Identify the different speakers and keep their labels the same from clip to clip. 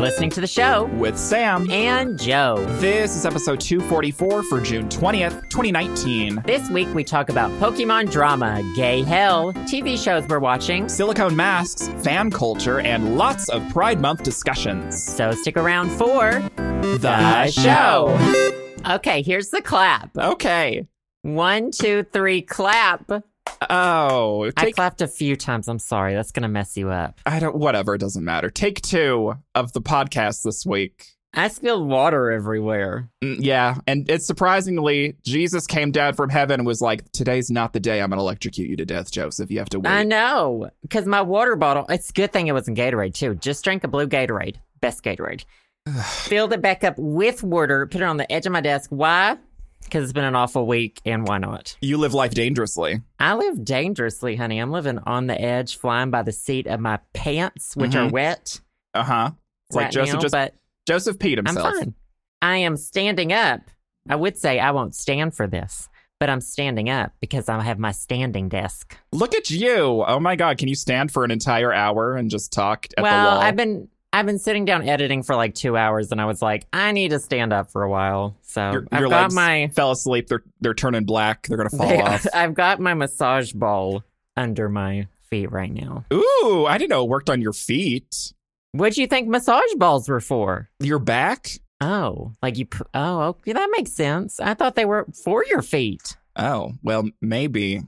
Speaker 1: listening to the show
Speaker 2: with Sam.
Speaker 1: and Joe.
Speaker 2: This is episode 244 for June 20th, 2019.
Speaker 1: This week we talk about Pokemon drama, gay hell, TV shows we're watching.
Speaker 2: Silicone masks, fan culture, and lots of Pride Month discussions.
Speaker 1: So stick around for the Okay, here's the clap.
Speaker 2: Okay.
Speaker 1: One, two, three, clap.
Speaker 2: Oh,
Speaker 1: I
Speaker 2: take.
Speaker 1: clapped a few times. I'm sorry. That's going to mess you up.
Speaker 2: I don't. Whatever. It doesn't matter. Take two of the podcast this week.
Speaker 1: I spilled water everywhere.
Speaker 2: Mm, Yeah, and it's surprisingly, Jesus came down from heaven and was like, "Today's not the day I'm gonna electrocute you to death, Joseph. You have to wait."
Speaker 1: I know, because my water bottle. It's a good thing it wasn't Gatorade too. Just drink a blue Gatorade, best Gatorade. Filled it back up with water. Put it on the edge of my desk. Why? Because it's been an awful week, and why not?
Speaker 2: you live life dangerously.
Speaker 1: I live dangerously, honey. I'm living on the edge, flying by the seat of my pants, which are wet
Speaker 2: Uh huh. It's
Speaker 1: right
Speaker 2: like Joseph
Speaker 1: now.
Speaker 2: just
Speaker 1: but
Speaker 2: Joseph peed
Speaker 1: I'm
Speaker 2: himself.
Speaker 1: fine. I am standing up. I would say I won't stand for this, but I'm standing up because I have my standing desk.
Speaker 2: Look at you! Oh my God, can you stand for an entire hour and just talk at
Speaker 1: well,
Speaker 2: the wall?
Speaker 1: I've been I've been sitting down editing for like two hours, and I was like, I need to stand up for a while. So
Speaker 2: Your-
Speaker 1: I've
Speaker 2: your
Speaker 1: got
Speaker 2: legs
Speaker 1: my
Speaker 2: fell asleep. They're they're turning black. They're gonna fall
Speaker 1: they-
Speaker 2: off.
Speaker 1: I've got my massage ball under my feet right now.
Speaker 2: Ooh, I didn't know it worked on your feet.
Speaker 1: What do you think massage balls were for?
Speaker 2: Your back?
Speaker 1: Oh, like you? Pr- oh, okay, that makes sense. I thought they were for your feet.
Speaker 2: Oh, well, maybe.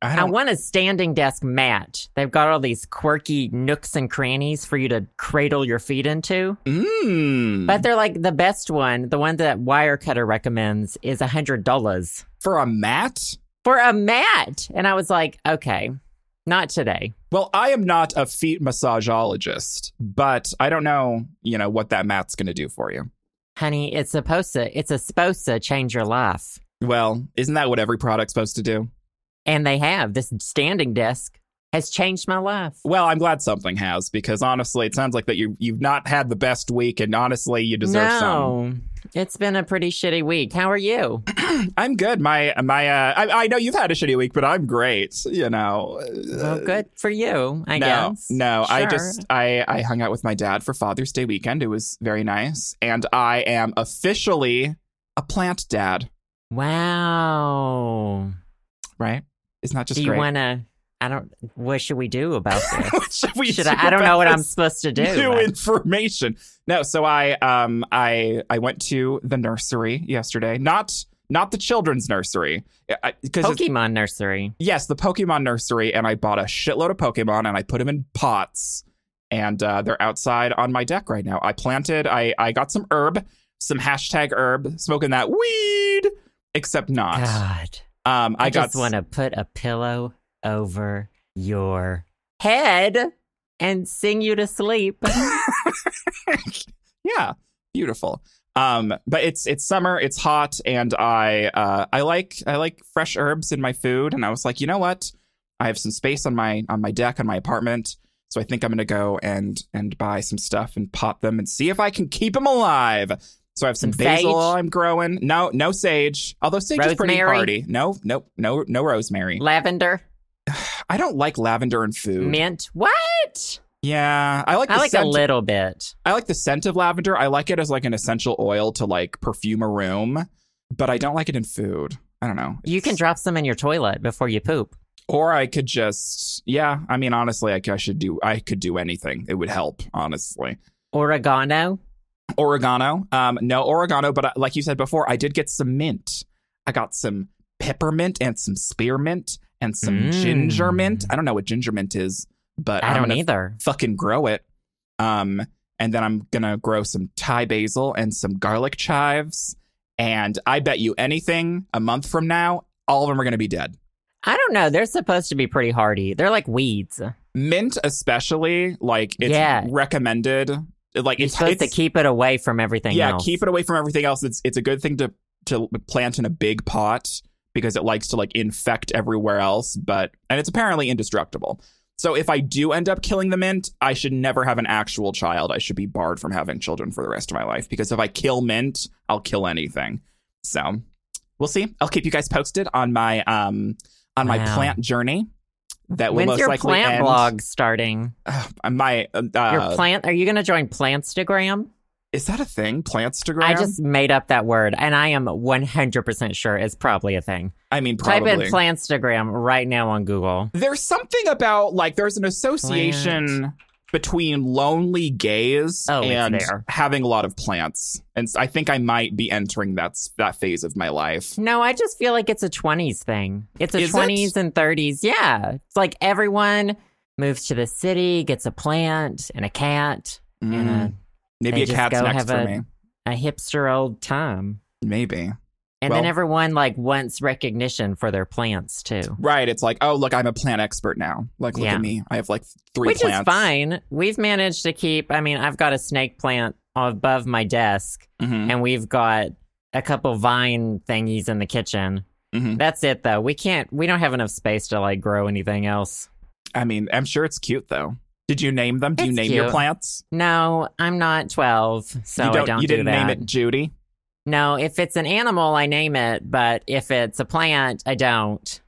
Speaker 2: I
Speaker 1: I,
Speaker 2: don't.
Speaker 1: want a standing desk mat. They've got all these quirky nooks and crannies for you to cradle your feet into.
Speaker 2: Mmm.
Speaker 1: But they're like the best one. The one that Wirecutter recommends is a hundred dollars.
Speaker 2: for a mat?
Speaker 1: for a mat. And I was like, okay, not today.
Speaker 2: Well, I am not a feet massageologist, but I don't know, you know, what that mat's going to do for you.
Speaker 1: Honey, it's supposed to, it's a supposed to change your life.
Speaker 2: Well, isn't that what every product's supposed to do?
Speaker 1: And they have. This standing desk has changed my life.
Speaker 2: Well, I'm glad something has because honestly, it sounds like that you you've not had the best week, and honestly, you deserve some.
Speaker 1: no, it's been a pretty shitty week. How are you?
Speaker 2: I'm good. My my, uh, I, I know you've had a shitty week, but I'm great. You know.
Speaker 1: well, good for you, I
Speaker 2: Uh, no,
Speaker 1: guess.
Speaker 2: no. I
Speaker 1: Sure.
Speaker 2: just I I hung out with my dad for Father's Day weekend. It was very nice, and I am officially a plant dad.
Speaker 1: Wow.
Speaker 2: Right? It's not just
Speaker 1: do you
Speaker 2: great.
Speaker 1: want to? I don't. What should we do about this?
Speaker 2: What should we
Speaker 1: should
Speaker 2: do
Speaker 1: I? I don't know
Speaker 2: about
Speaker 1: what I'm
Speaker 2: this
Speaker 1: supposed to do.
Speaker 2: New information. No, so I um I I went to the nursery yesterday. Not not the children's nursery because
Speaker 1: Pokemon nursery.
Speaker 2: yes, the Pokemon nursery, and I bought a shitload of Pokemon and I put them in pots, and uh, they're outside on my deck right now. I planted. I I got some herb, some hashtag herb, smoking that weed. Except not.
Speaker 1: God.
Speaker 2: Um,
Speaker 1: Ah,
Speaker 2: I,
Speaker 1: I,
Speaker 2: got
Speaker 1: just want to put a pillow over your head and sing you to sleep.
Speaker 2: yeah beautiful um but it's it's summer it's hot and i uh i like i like fresh herbs in my food and i was like you know what i have some space on my on my deck on my apartment so i think i'm gonna go and and buy some stuff and pot them and see if i can keep them alive so i have some,
Speaker 1: Some
Speaker 2: basil
Speaker 1: sage?
Speaker 2: i'm growing no no sage although sage is pretty
Speaker 1: Rosemary?
Speaker 2: hardy no no no no rosemary
Speaker 1: Lavender,
Speaker 2: i don't like lavender in food
Speaker 1: mint. What?
Speaker 2: yeah i like
Speaker 1: I
Speaker 2: the
Speaker 1: like a
Speaker 2: scent
Speaker 1: little bit.
Speaker 2: I like the scent of lavender. I like it as like an essential oil to like perfume a room, but I don't like it in food. I don't know.
Speaker 1: You can drop some in your toilet before you poop.
Speaker 2: or I could just yeah. I mean, honestly, I, c- I should do. I could do anything. It would help, honestly.
Speaker 1: Oregano.
Speaker 2: Oregano. Um, no oregano, but uh, like you said before, I did get some mint. I got some peppermint and some spearmint and some
Speaker 1: Mm.
Speaker 2: ginger mint. I don't know what ginger mint is, but
Speaker 1: I
Speaker 2: I'm
Speaker 1: don't
Speaker 2: gonna
Speaker 1: either.
Speaker 2: fucking grow it. Um, and then I'm gonna grow some Thai basil and some garlic chives. And I bet you anything, a month from now, all of them are gonna be dead.
Speaker 1: I don't know. They're supposed to be pretty hardy. They're like weeds.
Speaker 2: Mint, especially, like it's
Speaker 1: Yeah.
Speaker 2: recommended. Like
Speaker 1: You're
Speaker 2: it's,
Speaker 1: supposed
Speaker 2: it's
Speaker 1: to keep it away from everything
Speaker 2: yeah,
Speaker 1: else.
Speaker 2: keep it away from everything else. It's it's a good thing to to plant in a big pot because it likes to like infect everywhere else. But and it's apparently indestructible. So if I do end up killing the mint, I should never have an actual child. I should be barred from having children for the rest of my life because if I kill mint, I'll kill anything. So we'll see. I'll keep you guys posted on my um on my
Speaker 1: Wow.
Speaker 2: plant journey. that will
Speaker 1: When's
Speaker 2: most
Speaker 1: your
Speaker 2: likely
Speaker 1: plant
Speaker 2: end.
Speaker 1: blog starting?
Speaker 2: Uh, My uh,
Speaker 1: your plant? Are you going to join Plantstagram?
Speaker 2: is that a thing? Plantstagram?
Speaker 1: I just made up that word, and I am 100% sure it's probably a thing.
Speaker 2: I mean, probably.
Speaker 1: Type in Plantstagram right now on Google.
Speaker 2: there's something about like there's an association between lonely gays
Speaker 1: Oh, it's
Speaker 2: and
Speaker 1: there.
Speaker 2: having a lot of plants, and s- I think I might be entering that s- that phase of my life.
Speaker 1: No, I just feel like it's a 20s thing. It's a
Speaker 2: Is it?
Speaker 1: 20s and 30s. Yeah. It's like everyone moves to the city, gets a plant and a cat and
Speaker 2: Mm,
Speaker 1: a,
Speaker 2: Maybe
Speaker 1: they
Speaker 2: a
Speaker 1: just
Speaker 2: cat's
Speaker 1: go
Speaker 2: next
Speaker 1: have
Speaker 2: for
Speaker 1: a-
Speaker 2: me.
Speaker 1: a hipster old time.
Speaker 2: Maybe.
Speaker 1: And then
Speaker 2: Well-
Speaker 1: everyone like wants recognition for their plants too.
Speaker 2: Right. It's like, oh, look, I'm a plant expert now. Like, look
Speaker 1: Yeah.
Speaker 2: at me. I have like three
Speaker 1: Which
Speaker 2: plants.
Speaker 1: is fine. We've managed to keep, I mean, I've got a snake plant above my desk
Speaker 2: Mhm.
Speaker 1: and we've got a couple vine thingies in the kitchen.
Speaker 2: Mhm.
Speaker 1: That's it though. We can't, we don't have enough space to like grow anything else.
Speaker 2: I mean, I'm sure it's cute though. Did you name them? Do you
Speaker 1: It's
Speaker 2: name your
Speaker 1: cute.
Speaker 2: plants?
Speaker 1: No, I'm not 12, so
Speaker 2: you don't,
Speaker 1: I don't
Speaker 2: you
Speaker 1: do
Speaker 2: didn't
Speaker 1: that.
Speaker 2: name it Judy.
Speaker 1: No, if it's an animal, I name it, but if it's a plant, I don't.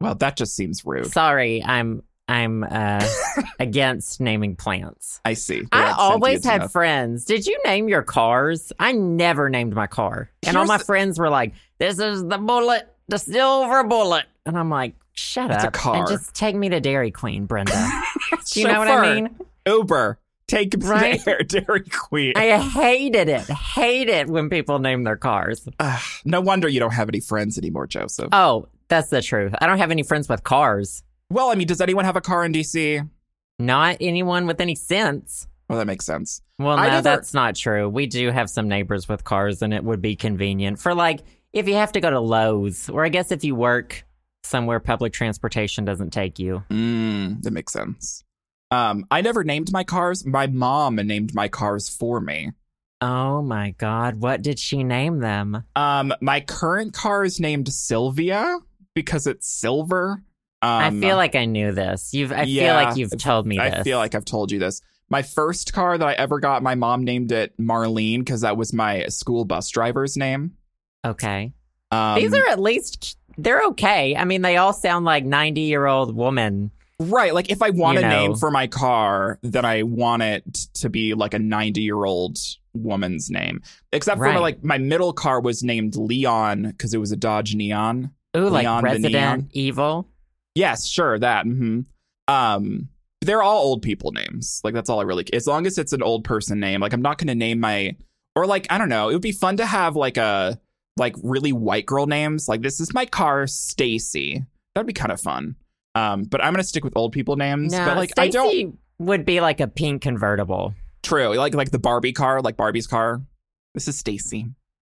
Speaker 2: Well, that just seems rude.
Speaker 1: Sorry, I'm I'm uh, against naming plants.
Speaker 2: I see. They're
Speaker 1: I
Speaker 2: not
Speaker 1: always
Speaker 2: sentient
Speaker 1: had
Speaker 2: enough.
Speaker 1: friends. Did you name your cars? I never named my car, and all
Speaker 2: Here's
Speaker 1: my
Speaker 2: the-
Speaker 1: friends were like, "This is the bullet, the silver bullet," and I'm like, "Shut
Speaker 2: That's a
Speaker 1: up
Speaker 2: car.
Speaker 1: and just take me to Dairy Queen, Brenda." Do you know what
Speaker 2: Chauffeur.
Speaker 1: I mean?
Speaker 2: Uber. Take me
Speaker 1: Right?
Speaker 2: there, Dairy Queen.
Speaker 1: I hated it. Hate it when people name their cars.
Speaker 2: Ugh, no wonder you don't have any friends anymore, Joseph.
Speaker 1: Oh, that's the truth. I don't have any friends with cars.
Speaker 2: well, I mean, does anyone have a car in DC?
Speaker 1: Not anyone with any sense.
Speaker 2: Well, that makes sense.
Speaker 1: Well,
Speaker 2: I
Speaker 1: no,
Speaker 2: never-
Speaker 1: that's not true. We do have some neighbors with cars, and it would be convenient for like if you have to go to Lowe's, or I guess if you work somewhere public transportation doesn't take you.
Speaker 2: Mm, that makes sense. Um, I never named my cars. My mom named my cars for me.
Speaker 1: Oh my God, what did she name them?
Speaker 2: Um, my current car is named Sylvia because it's silver. Um,
Speaker 1: I feel like I knew this. You've, I
Speaker 2: yeah,
Speaker 1: feel like you've told me this.
Speaker 2: I feel like I've told you this. My first car that I ever got, my mom named it Marlene because that was my school bus driver's name.
Speaker 1: okay.
Speaker 2: Um,
Speaker 1: These are at least they're okay. I mean, they all sound like ninety-year-old woman
Speaker 2: Right. Like if I want
Speaker 1: You
Speaker 2: a
Speaker 1: know.
Speaker 2: name for my car, then I want it to be like a 90 year old woman's name. Except for my,
Speaker 1: Right.
Speaker 2: like my middle car was named Leon because it was a Dodge Neon.
Speaker 1: Ooh, like
Speaker 2: Leon the Neon?
Speaker 1: Resident Evil.
Speaker 2: Yes, sure. That. hmm Um, they're all old people names. Like that's all I really As long as it's an old person name, like I'm not going to name my, or like, I don't know. It would be fun to have like a, like really white girl names. Like this is my car, Stacy. That'd be kind of fun. Um, but I'm gonna stick with old people names.
Speaker 1: No,
Speaker 2: but like I
Speaker 1: Stacy
Speaker 2: don't
Speaker 1: would be like a pink convertible.
Speaker 2: True. Like like the Barbie car, like Barbie's car. This is Stacy.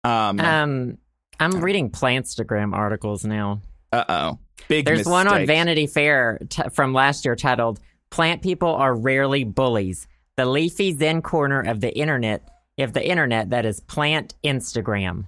Speaker 2: Um uh
Speaker 1: Um, I'm reading Plantstagram articles now.
Speaker 2: oh. Big
Speaker 1: There's one on
Speaker 2: mistake.
Speaker 1: Vanity Fair t- from last year titled "Plant People Are Rarely Bullies." The leafy zen corner of the internet, if the internet that is plant Instagram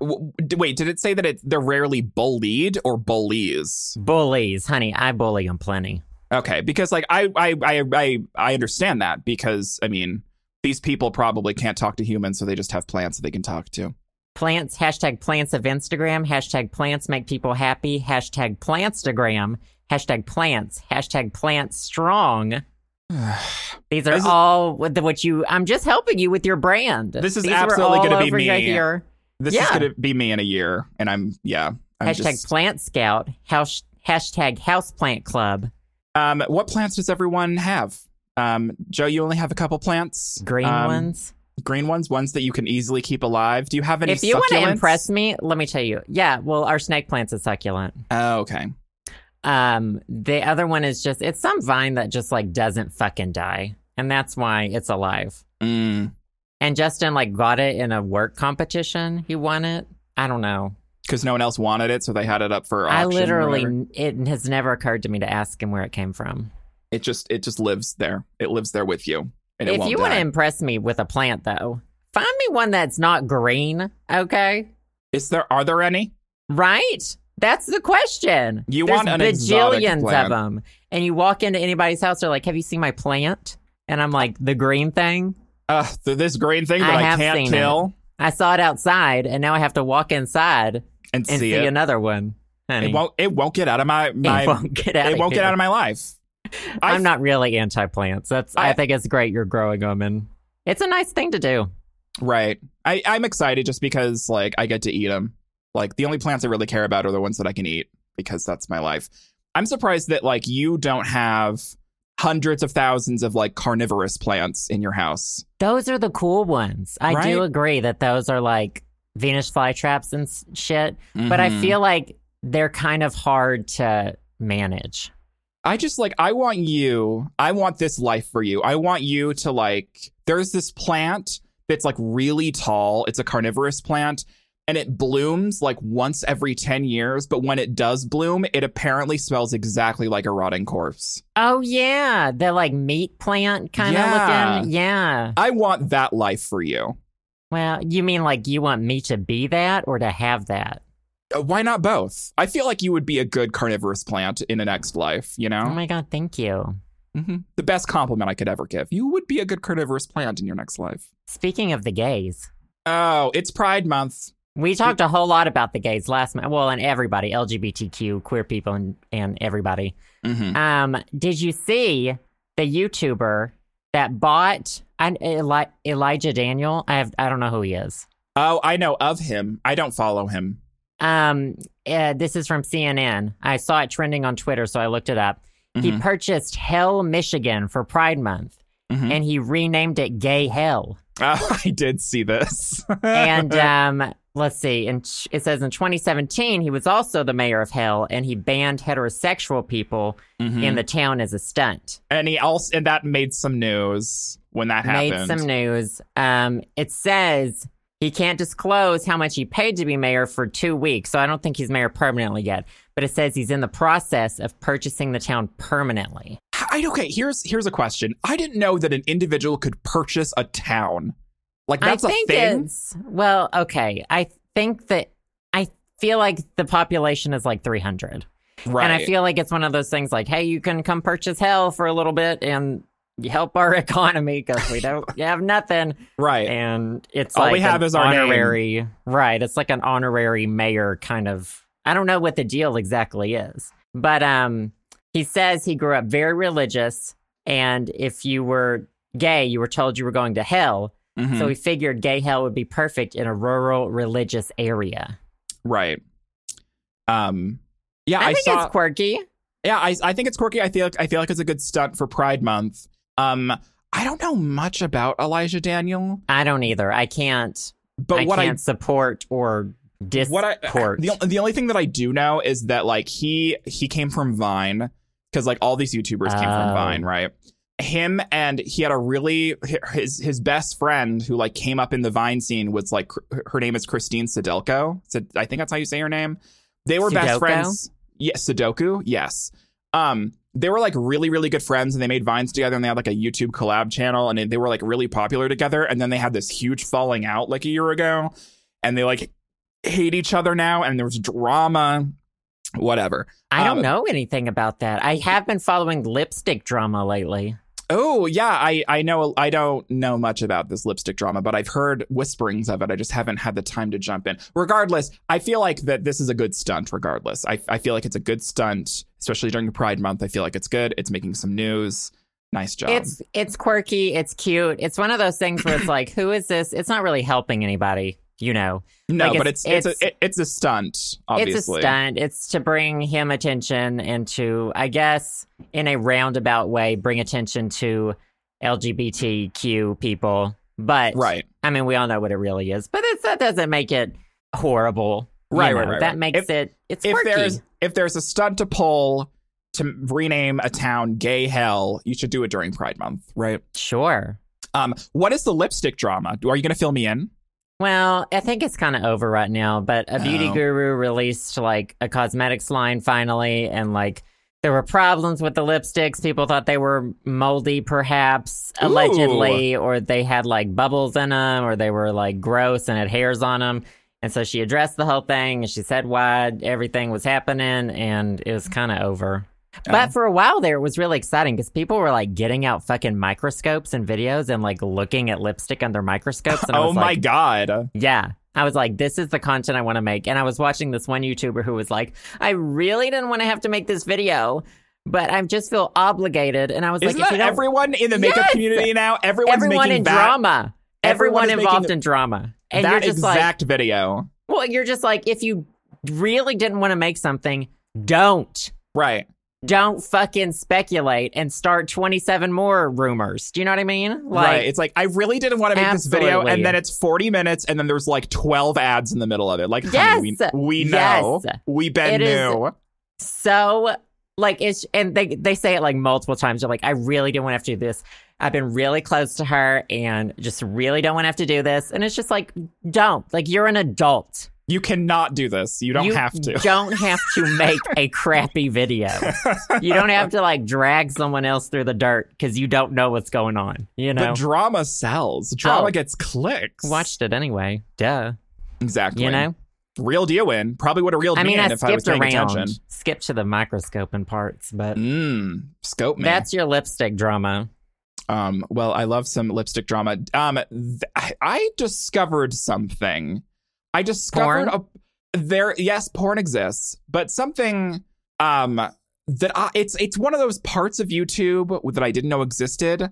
Speaker 2: W- d- Wait, did it say that it they're rarely bullied or bullies?
Speaker 1: bullies, honey, I bully them plenty.
Speaker 2: Okay, because like I I I I, I understand that because I mean these people probably can't talk to humans, so they just have plants that they can talk to.
Speaker 1: Plants hashtag plants of Instagram hashtag plants make people happy hashtag plantstagram hashtag plants hashtag plants strong. These are
Speaker 2: This is-
Speaker 1: all with the- what you. I'm just helping you with your brand.
Speaker 2: This is
Speaker 1: These were
Speaker 2: absolutely
Speaker 1: all
Speaker 2: gonna be
Speaker 1: over
Speaker 2: me.
Speaker 1: your- Your
Speaker 2: This is
Speaker 1: Yeah.
Speaker 2: gonna be me in a year, and I'm yeah. I'm
Speaker 1: hashtag
Speaker 2: just-
Speaker 1: Plant Scout. House, hashtag Houseplant Club.
Speaker 2: um, what plants does everyone have? Um, Joe, you only have a couple plants.
Speaker 1: Green
Speaker 2: Um,
Speaker 1: ones.
Speaker 2: green ones, ones that you can easily keep alive. Do you have any?
Speaker 1: If you
Speaker 2: want to
Speaker 1: impress me, let me tell you. Yeah, well, our snake plant's a succulent.
Speaker 2: oh, okay.
Speaker 1: Um, the other one is just it's some vine that just like doesn't fucking die, and that's why it's alive.
Speaker 2: Mm.
Speaker 1: And Justin like got it in a work competition. He won it. I don't know.
Speaker 2: Because no one else wanted it, so they had it up for auction.
Speaker 1: I
Speaker 2: or whatever.
Speaker 1: literally, it has never occurred to me to ask him where it came from.
Speaker 2: it just it just lives there. It lives there with you, and it
Speaker 1: if
Speaker 2: won't
Speaker 1: you want to
Speaker 2: die.
Speaker 1: impress me with a plant, though, find me one that's not green, okay?
Speaker 2: Is there are there any?
Speaker 1: Right? That's the question.
Speaker 2: You
Speaker 1: There's
Speaker 2: want an exotic
Speaker 1: bajillions of
Speaker 2: plant.
Speaker 1: them, and you walk into anybody's house, they're like, "Have you seen my plant?" And I'm like, "The green thing."
Speaker 2: Uh, th- this green thing that
Speaker 1: I
Speaker 2: I,
Speaker 1: have
Speaker 2: can't
Speaker 1: seen
Speaker 2: kill
Speaker 1: I saw it outside, and now I have to walk inside and
Speaker 2: and see
Speaker 1: see
Speaker 2: it.
Speaker 1: another one. honey.
Speaker 2: It won't. It won't get out of my
Speaker 1: It
Speaker 2: my. It won't,
Speaker 1: won't get out. of
Speaker 2: get
Speaker 1: here.
Speaker 2: out of my life. I
Speaker 1: I'm not really anti plants. That's. I,
Speaker 2: I-
Speaker 1: think it's great you're growing them, and it's a nice thing to do.
Speaker 2: Right. I, I'm excited just because like I get to eat them. Like the only plants I really care about are the ones that I can eat because that's my life. I'm surprised that like you don't have hundreds of thousands of like carnivorous plants in your house.
Speaker 1: Those are the cool ones. I do
Speaker 2: Right?
Speaker 1: agree that those are like Venus flytraps and s- shit, but I
Speaker 2: Mhm.
Speaker 1: feel like they're kind of hard to manage.
Speaker 2: I just like I want you. I want this life for you. I want you to like there's this plant that's like really tall. It's a carnivorous plant and it blooms like once every 10 years, but when it does bloom, it apparently smells exactly like a rotting corpse.
Speaker 1: Oh yeah, the like meat plant kind of
Speaker 2: Yeah.
Speaker 1: looking. Yeah.
Speaker 2: I want that life for you.
Speaker 1: Well, you mean like you want me to be that or to have that?
Speaker 2: Uh, Why not both? I feel like you would be a good carnivorous plant in a next life, you
Speaker 1: Oh
Speaker 2: know?
Speaker 1: my god, thank you.
Speaker 2: hmm The best compliment I could ever give. You would be a good carnivorous plant in your next life.
Speaker 1: Speaking of the gays,
Speaker 2: Oh, it's Pride Month.
Speaker 1: we talked a whole lot about the gays last month. Well, and everybody, LGBTQ, queer people, and, and everybody.
Speaker 2: Mm-hmm.
Speaker 1: Um, did you see the YouTuber that bought and Eli- Elijah Daniel? I have I don't know who he is.
Speaker 2: Oh, I know of him. I don't follow him.
Speaker 1: Um, uh, this is from CNN. I saw it trending on Twitter, so I looked it up. He
Speaker 2: Mhm.
Speaker 1: purchased Hell, Michigan for Pride Month,
Speaker 2: Mhm.
Speaker 1: and he renamed it Gay Hell.
Speaker 2: Oh, I did see this.
Speaker 1: and um, let's see. And it says in 2017, he was also the mayor of Hell, and he banned heterosexual people
Speaker 2: Mhm.
Speaker 1: in the town as a stunt.
Speaker 2: and he also and that made some news when that
Speaker 1: Made
Speaker 2: happened.
Speaker 1: some news. Um, it says he can't disclose how much he paid to be mayor for two weeks, so I don't think he's mayor permanently yet. But it says he's in the process of purchasing the town permanently.
Speaker 2: I okay, here's here's a question. I didn't know that an individual could purchase a town. Like that's
Speaker 1: I
Speaker 2: a
Speaker 1: think
Speaker 2: thing.
Speaker 1: it's well, okay. I think that I feel like the population is like 300,
Speaker 2: right.
Speaker 1: and I feel like it's one of those things like, hey, you can come purchase hell for a little bit and help our economy because we don't have nothing,
Speaker 2: right.
Speaker 1: and it's
Speaker 2: All
Speaker 1: like
Speaker 2: we have
Speaker 1: an
Speaker 2: is our name.
Speaker 1: honorary, right? It's like an honorary mayor kind of. I don't know what the deal exactly is, but um, he says he grew up very religious, and if you were gay, you were told you were going to hell.
Speaker 2: Mhm.
Speaker 1: So we figured gay hell would be perfect in a rural religious area.
Speaker 2: Right. Um. Yeah,
Speaker 1: I,
Speaker 2: I,
Speaker 1: think
Speaker 2: saw.
Speaker 1: it's quirky.
Speaker 2: yeah, I, I think it's quirky. I feel like I feel like it's a good stunt for Pride Month. Um, I don't know much about Elijah Daniel,
Speaker 1: I don't either. I can't.
Speaker 2: but
Speaker 1: I
Speaker 2: what
Speaker 1: can't support or
Speaker 2: I what I
Speaker 1: disport.
Speaker 2: the the only thing that I do know is that like he he came from Vine because like all these YouTubers came
Speaker 1: Oh.
Speaker 2: from Vine, right? Him and he had a really his his best friend who like came up in the Vine scene was like her- her name is Christine Sudelko. So I think that's how you say her name. They were
Speaker 1: Sudoku?
Speaker 2: best friends. Yes, Sudoku. Yes. Um, they were like really really good friends, and they made vines together, and they had like a YouTube collab channel, and they were like really popular together. And then they had this huge falling out like a year ago, and they like hate each other now, and there was drama. Whatever.
Speaker 1: I don't
Speaker 2: um,
Speaker 1: know anything about that. I have been following lipstick drama lately.
Speaker 2: Oh yeah, I I know I don't know much about this lipstick drama, but I've heard whisperings of it. I just haven't had the time to jump in. Regardless, I feel like that this is a good stunt. Regardless, I I feel like it's a good stunt, especially during Pride Month. I feel like it's good. It's making some news. Nice job.
Speaker 1: It's it's quirky. It's cute. It's one of those things where it's like, who is this? It's not really helping anybody. You know,
Speaker 2: no,
Speaker 1: like,
Speaker 2: but
Speaker 1: it's-
Speaker 2: it's it's
Speaker 1: it's-
Speaker 2: a, it- it's a stunt. Obviously,
Speaker 1: It's a stunt. It's to bring him attention and to, I guess, in a roundabout way, bring attention to LGBTQ people. But
Speaker 2: Right.
Speaker 1: I mean, we all know what it really is. But it's, that doesn't make it horrible. you
Speaker 2: Right, right,
Speaker 1: know.
Speaker 2: right,
Speaker 1: That
Speaker 2: right.
Speaker 1: makes
Speaker 2: If-
Speaker 1: it. It's
Speaker 2: If
Speaker 1: quirky.
Speaker 2: there's if there's a stunt to pull to rename a town Gay Hell, you should do it during Pride Month, right?
Speaker 1: sure.
Speaker 2: Um, what is the lipstick drama? Are you going to fill me in?
Speaker 1: Well, I think it's kind of over right now, but a beauty
Speaker 2: Oh.
Speaker 1: guru released like a cosmetics line finally, and like there were problems with the lipsticks. People thought they were moldy, perhaps, allegedly, or they had like bubbles in them, or they were like gross and had hairs on them. And so she addressed the whole thing and she said why everything was happening, and it was kind of over.
Speaker 2: Oh.
Speaker 1: But for a while there, it was really exciting because people were like getting out fucking microscopes and videos and like looking at lipstick under microscopes. And I
Speaker 2: oh
Speaker 1: was
Speaker 2: my
Speaker 1: like,
Speaker 2: god.
Speaker 1: yeah. I was like, this is the content I want to make. And I was watching this one YouTuber who was like, I really didn't want to have to make this video, but I just feel obligated. And I was
Speaker 2: Isn't
Speaker 1: like, if you
Speaker 2: that
Speaker 1: don't-
Speaker 2: everyone in the makeup
Speaker 1: Yes!
Speaker 2: community now? Everyone's
Speaker 1: everyone
Speaker 2: making
Speaker 1: in
Speaker 2: that,
Speaker 1: drama, everyone,
Speaker 2: everyone is
Speaker 1: involved
Speaker 2: making
Speaker 1: in drama. And
Speaker 2: that
Speaker 1: you're just like,
Speaker 2: exact video.
Speaker 1: well, you're just like, if you really didn't want to make something, don't.
Speaker 2: Right.
Speaker 1: Don't fucking speculate and start 27 more rumors. Do you know what I mean? Like,
Speaker 2: right. It's like I really didn't want to make this video,
Speaker 1: Absolutely.
Speaker 2: and then it's 40 minutes, and then there's like 12 ads in the middle of it. Like, honey,
Speaker 1: Yes!
Speaker 2: we, we know,
Speaker 1: Yes!
Speaker 2: we Ben
Speaker 1: It is-
Speaker 2: knew.
Speaker 1: so like it's and they they say it like multiple times. They're like, I really don't want to have to do this. I've been really close to her and just really don't want to have to do this. And it's just like, don't. Like you're an adult.
Speaker 2: You cannot do this. You don't have to.
Speaker 1: don't have to make a crappy video. You don't have to like drag someone else through the dirt because you don't know what's going on. You know.
Speaker 2: But drama sells. Drama
Speaker 1: Oh.
Speaker 2: gets clicks.
Speaker 1: Watched it anyway. Duh.
Speaker 2: exactly.
Speaker 1: You know?
Speaker 2: real deal in. Probably would a real
Speaker 1: I
Speaker 2: deal
Speaker 1: mean I
Speaker 2: in if I was
Speaker 1: skipped
Speaker 2: paying
Speaker 1: around.
Speaker 2: attention.
Speaker 1: Skipped to the microscope and parts, but
Speaker 2: Mm, scope me.
Speaker 1: that's your lipstick drama.
Speaker 2: Um, well, I love some lipstick drama. Um, th- I- I discovered something. I discovered a there. Yes, porn exists, but something um that I, it's it's one of those parts of YouTube that I didn't know existed,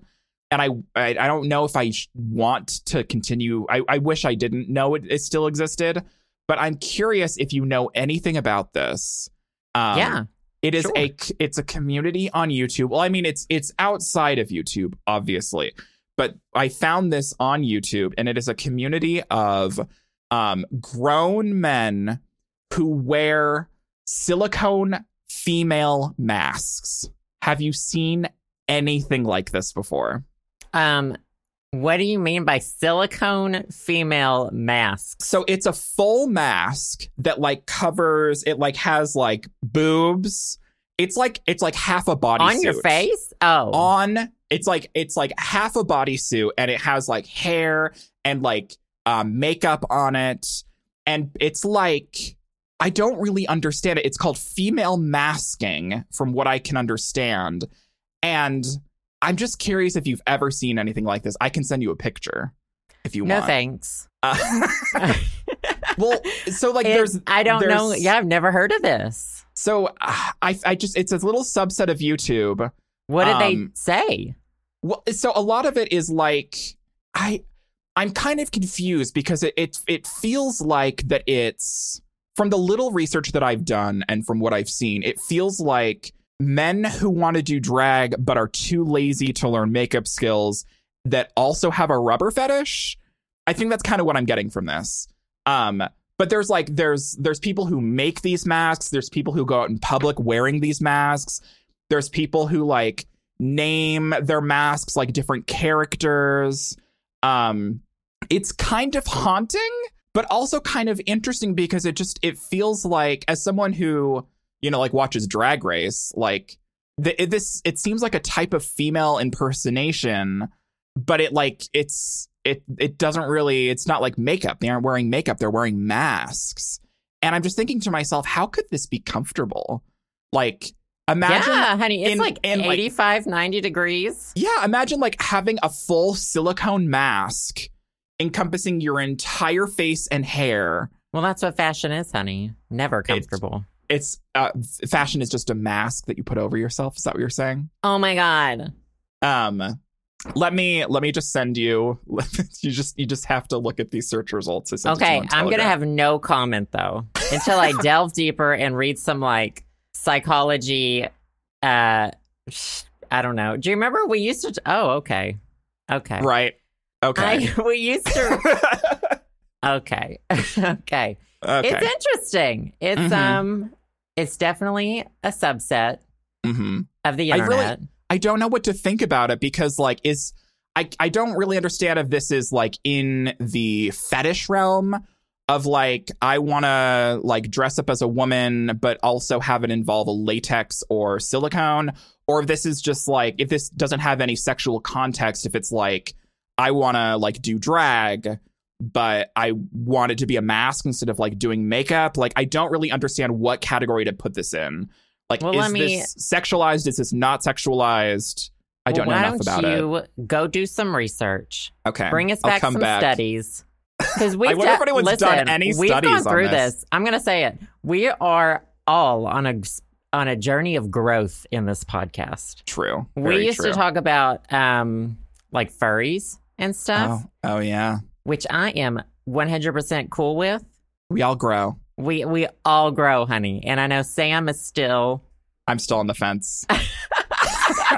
Speaker 2: and I I, I don't know if I sh- want to continue. I I wish I didn't know it, it still existed, but I'm curious if you know anything about this. Um,
Speaker 1: yeah.
Speaker 2: it is
Speaker 1: Sure.
Speaker 2: a c- it's a community on YouTube. Well, I mean it's it's outside of YouTube, obviously, but I found this on YouTube, and it is a community of um, grown men who wear silicone female masks. Have you seen anything like this before?
Speaker 1: Um, what do you mean by silicone female masks?
Speaker 2: So it's a full mask that like covers it, like has like boobs. It's like it's like half a body
Speaker 1: on your face? Oh,
Speaker 2: on it's like it's like half a bodysuit and it has like hair and like um, makeup on it and it's like i don't really understand it it's called female masking from what i can understand and i'm just curious if you've ever seen anything like this i can send you a picture if you
Speaker 1: no
Speaker 2: want
Speaker 1: thanks.
Speaker 2: Uh, well so like
Speaker 1: It-
Speaker 2: there's
Speaker 1: I don't know.
Speaker 2: there's-
Speaker 1: Yeah, I've never heard of this.
Speaker 2: so uh, i i just it's a little subset of youtube
Speaker 1: What did they
Speaker 2: Um,
Speaker 1: say?
Speaker 2: Well, so a lot of it is like I I'm kind of confused because it it, it feels like that it's from the little research that I've done and from what I've seen, it feels like men who want to do drag but are too lazy to learn makeup skills that also have a rubber fetish. I think that's kind of what I'm getting from this. Um but there's like there's there's people who make these masks, there's people who go out in public wearing these masks. There's people who like name their masks like different characters. Um it's kind of haunting, but also kind of interesting because it just it feels like as someone who, you know, like watches drag race, like th- it- this it seems like a type of female impersonation, but it like it's it it doesn't really it's not like makeup. They aren't wearing makeup, they're wearing masks. And I'm just thinking to myself, how could this be comfortable? Like imagine
Speaker 1: yeah, honey, it's
Speaker 2: in-
Speaker 1: like
Speaker 2: in, like-
Speaker 1: 85, 90 degrees.
Speaker 2: yeah, imagine like having a full silicone mask encompassing your entire face and hair.
Speaker 1: Well, that's what fashion is, honey. Never comfortable.
Speaker 2: It's uh, f- fashion is just a mask that you put over yourself. Is that what you're saying?
Speaker 1: oh my god.
Speaker 2: Um, let me let me just send you. You just you just have to look at these search results. I sent it to
Speaker 1: Okay,
Speaker 2: you on
Speaker 1: I'm gonna
Speaker 2: Telegram.
Speaker 1: have no comment though until I delve deeper and read some like psychology. Uh, sh- I don't know. Do you remember we used to? T- oh, okay, okay.
Speaker 2: right. Okay.
Speaker 1: I, we used to. okay, okay.
Speaker 2: okay.
Speaker 1: It's interesting. It's
Speaker 2: Mhm.
Speaker 1: um, it's definitely a subset
Speaker 2: hmm
Speaker 1: of the
Speaker 2: I really-
Speaker 1: internet.
Speaker 2: I don't know what to think about it because like is I I don't really understand if this is like in the fetish realm of like I want to like dress up as a woman but also have it involve a latex or silicone or if this is just like if this doesn't have any sexual context if it's like I want to like do drag but I want it to be a mask instead of like doing makeup like I don't really understand what category to put this in like
Speaker 1: Well,
Speaker 2: is
Speaker 1: let me-
Speaker 2: this sexualized is this not sexualized I don't
Speaker 1: Well,
Speaker 2: know
Speaker 1: why
Speaker 2: enough
Speaker 1: don't
Speaker 2: about it
Speaker 1: you Go do some research.
Speaker 2: okay
Speaker 1: Bring us
Speaker 2: I'll
Speaker 1: back
Speaker 2: come
Speaker 1: some
Speaker 2: back.
Speaker 1: studies. Because we
Speaker 2: I wonder if anyone's
Speaker 1: listen,
Speaker 2: done any
Speaker 1: we've gone
Speaker 2: studies on
Speaker 1: through
Speaker 2: this.
Speaker 1: I'm gonna say it. We are all on a on a journey of growth in this podcast.
Speaker 2: True. Very
Speaker 1: we used
Speaker 2: true.
Speaker 1: to talk about um like furries and stuff,
Speaker 2: Oh, oh yeah.
Speaker 1: which I am 100% cool with.
Speaker 2: We all grow.
Speaker 1: We we all grow, honey, and I know Sam is still.
Speaker 2: I'm still on the fence.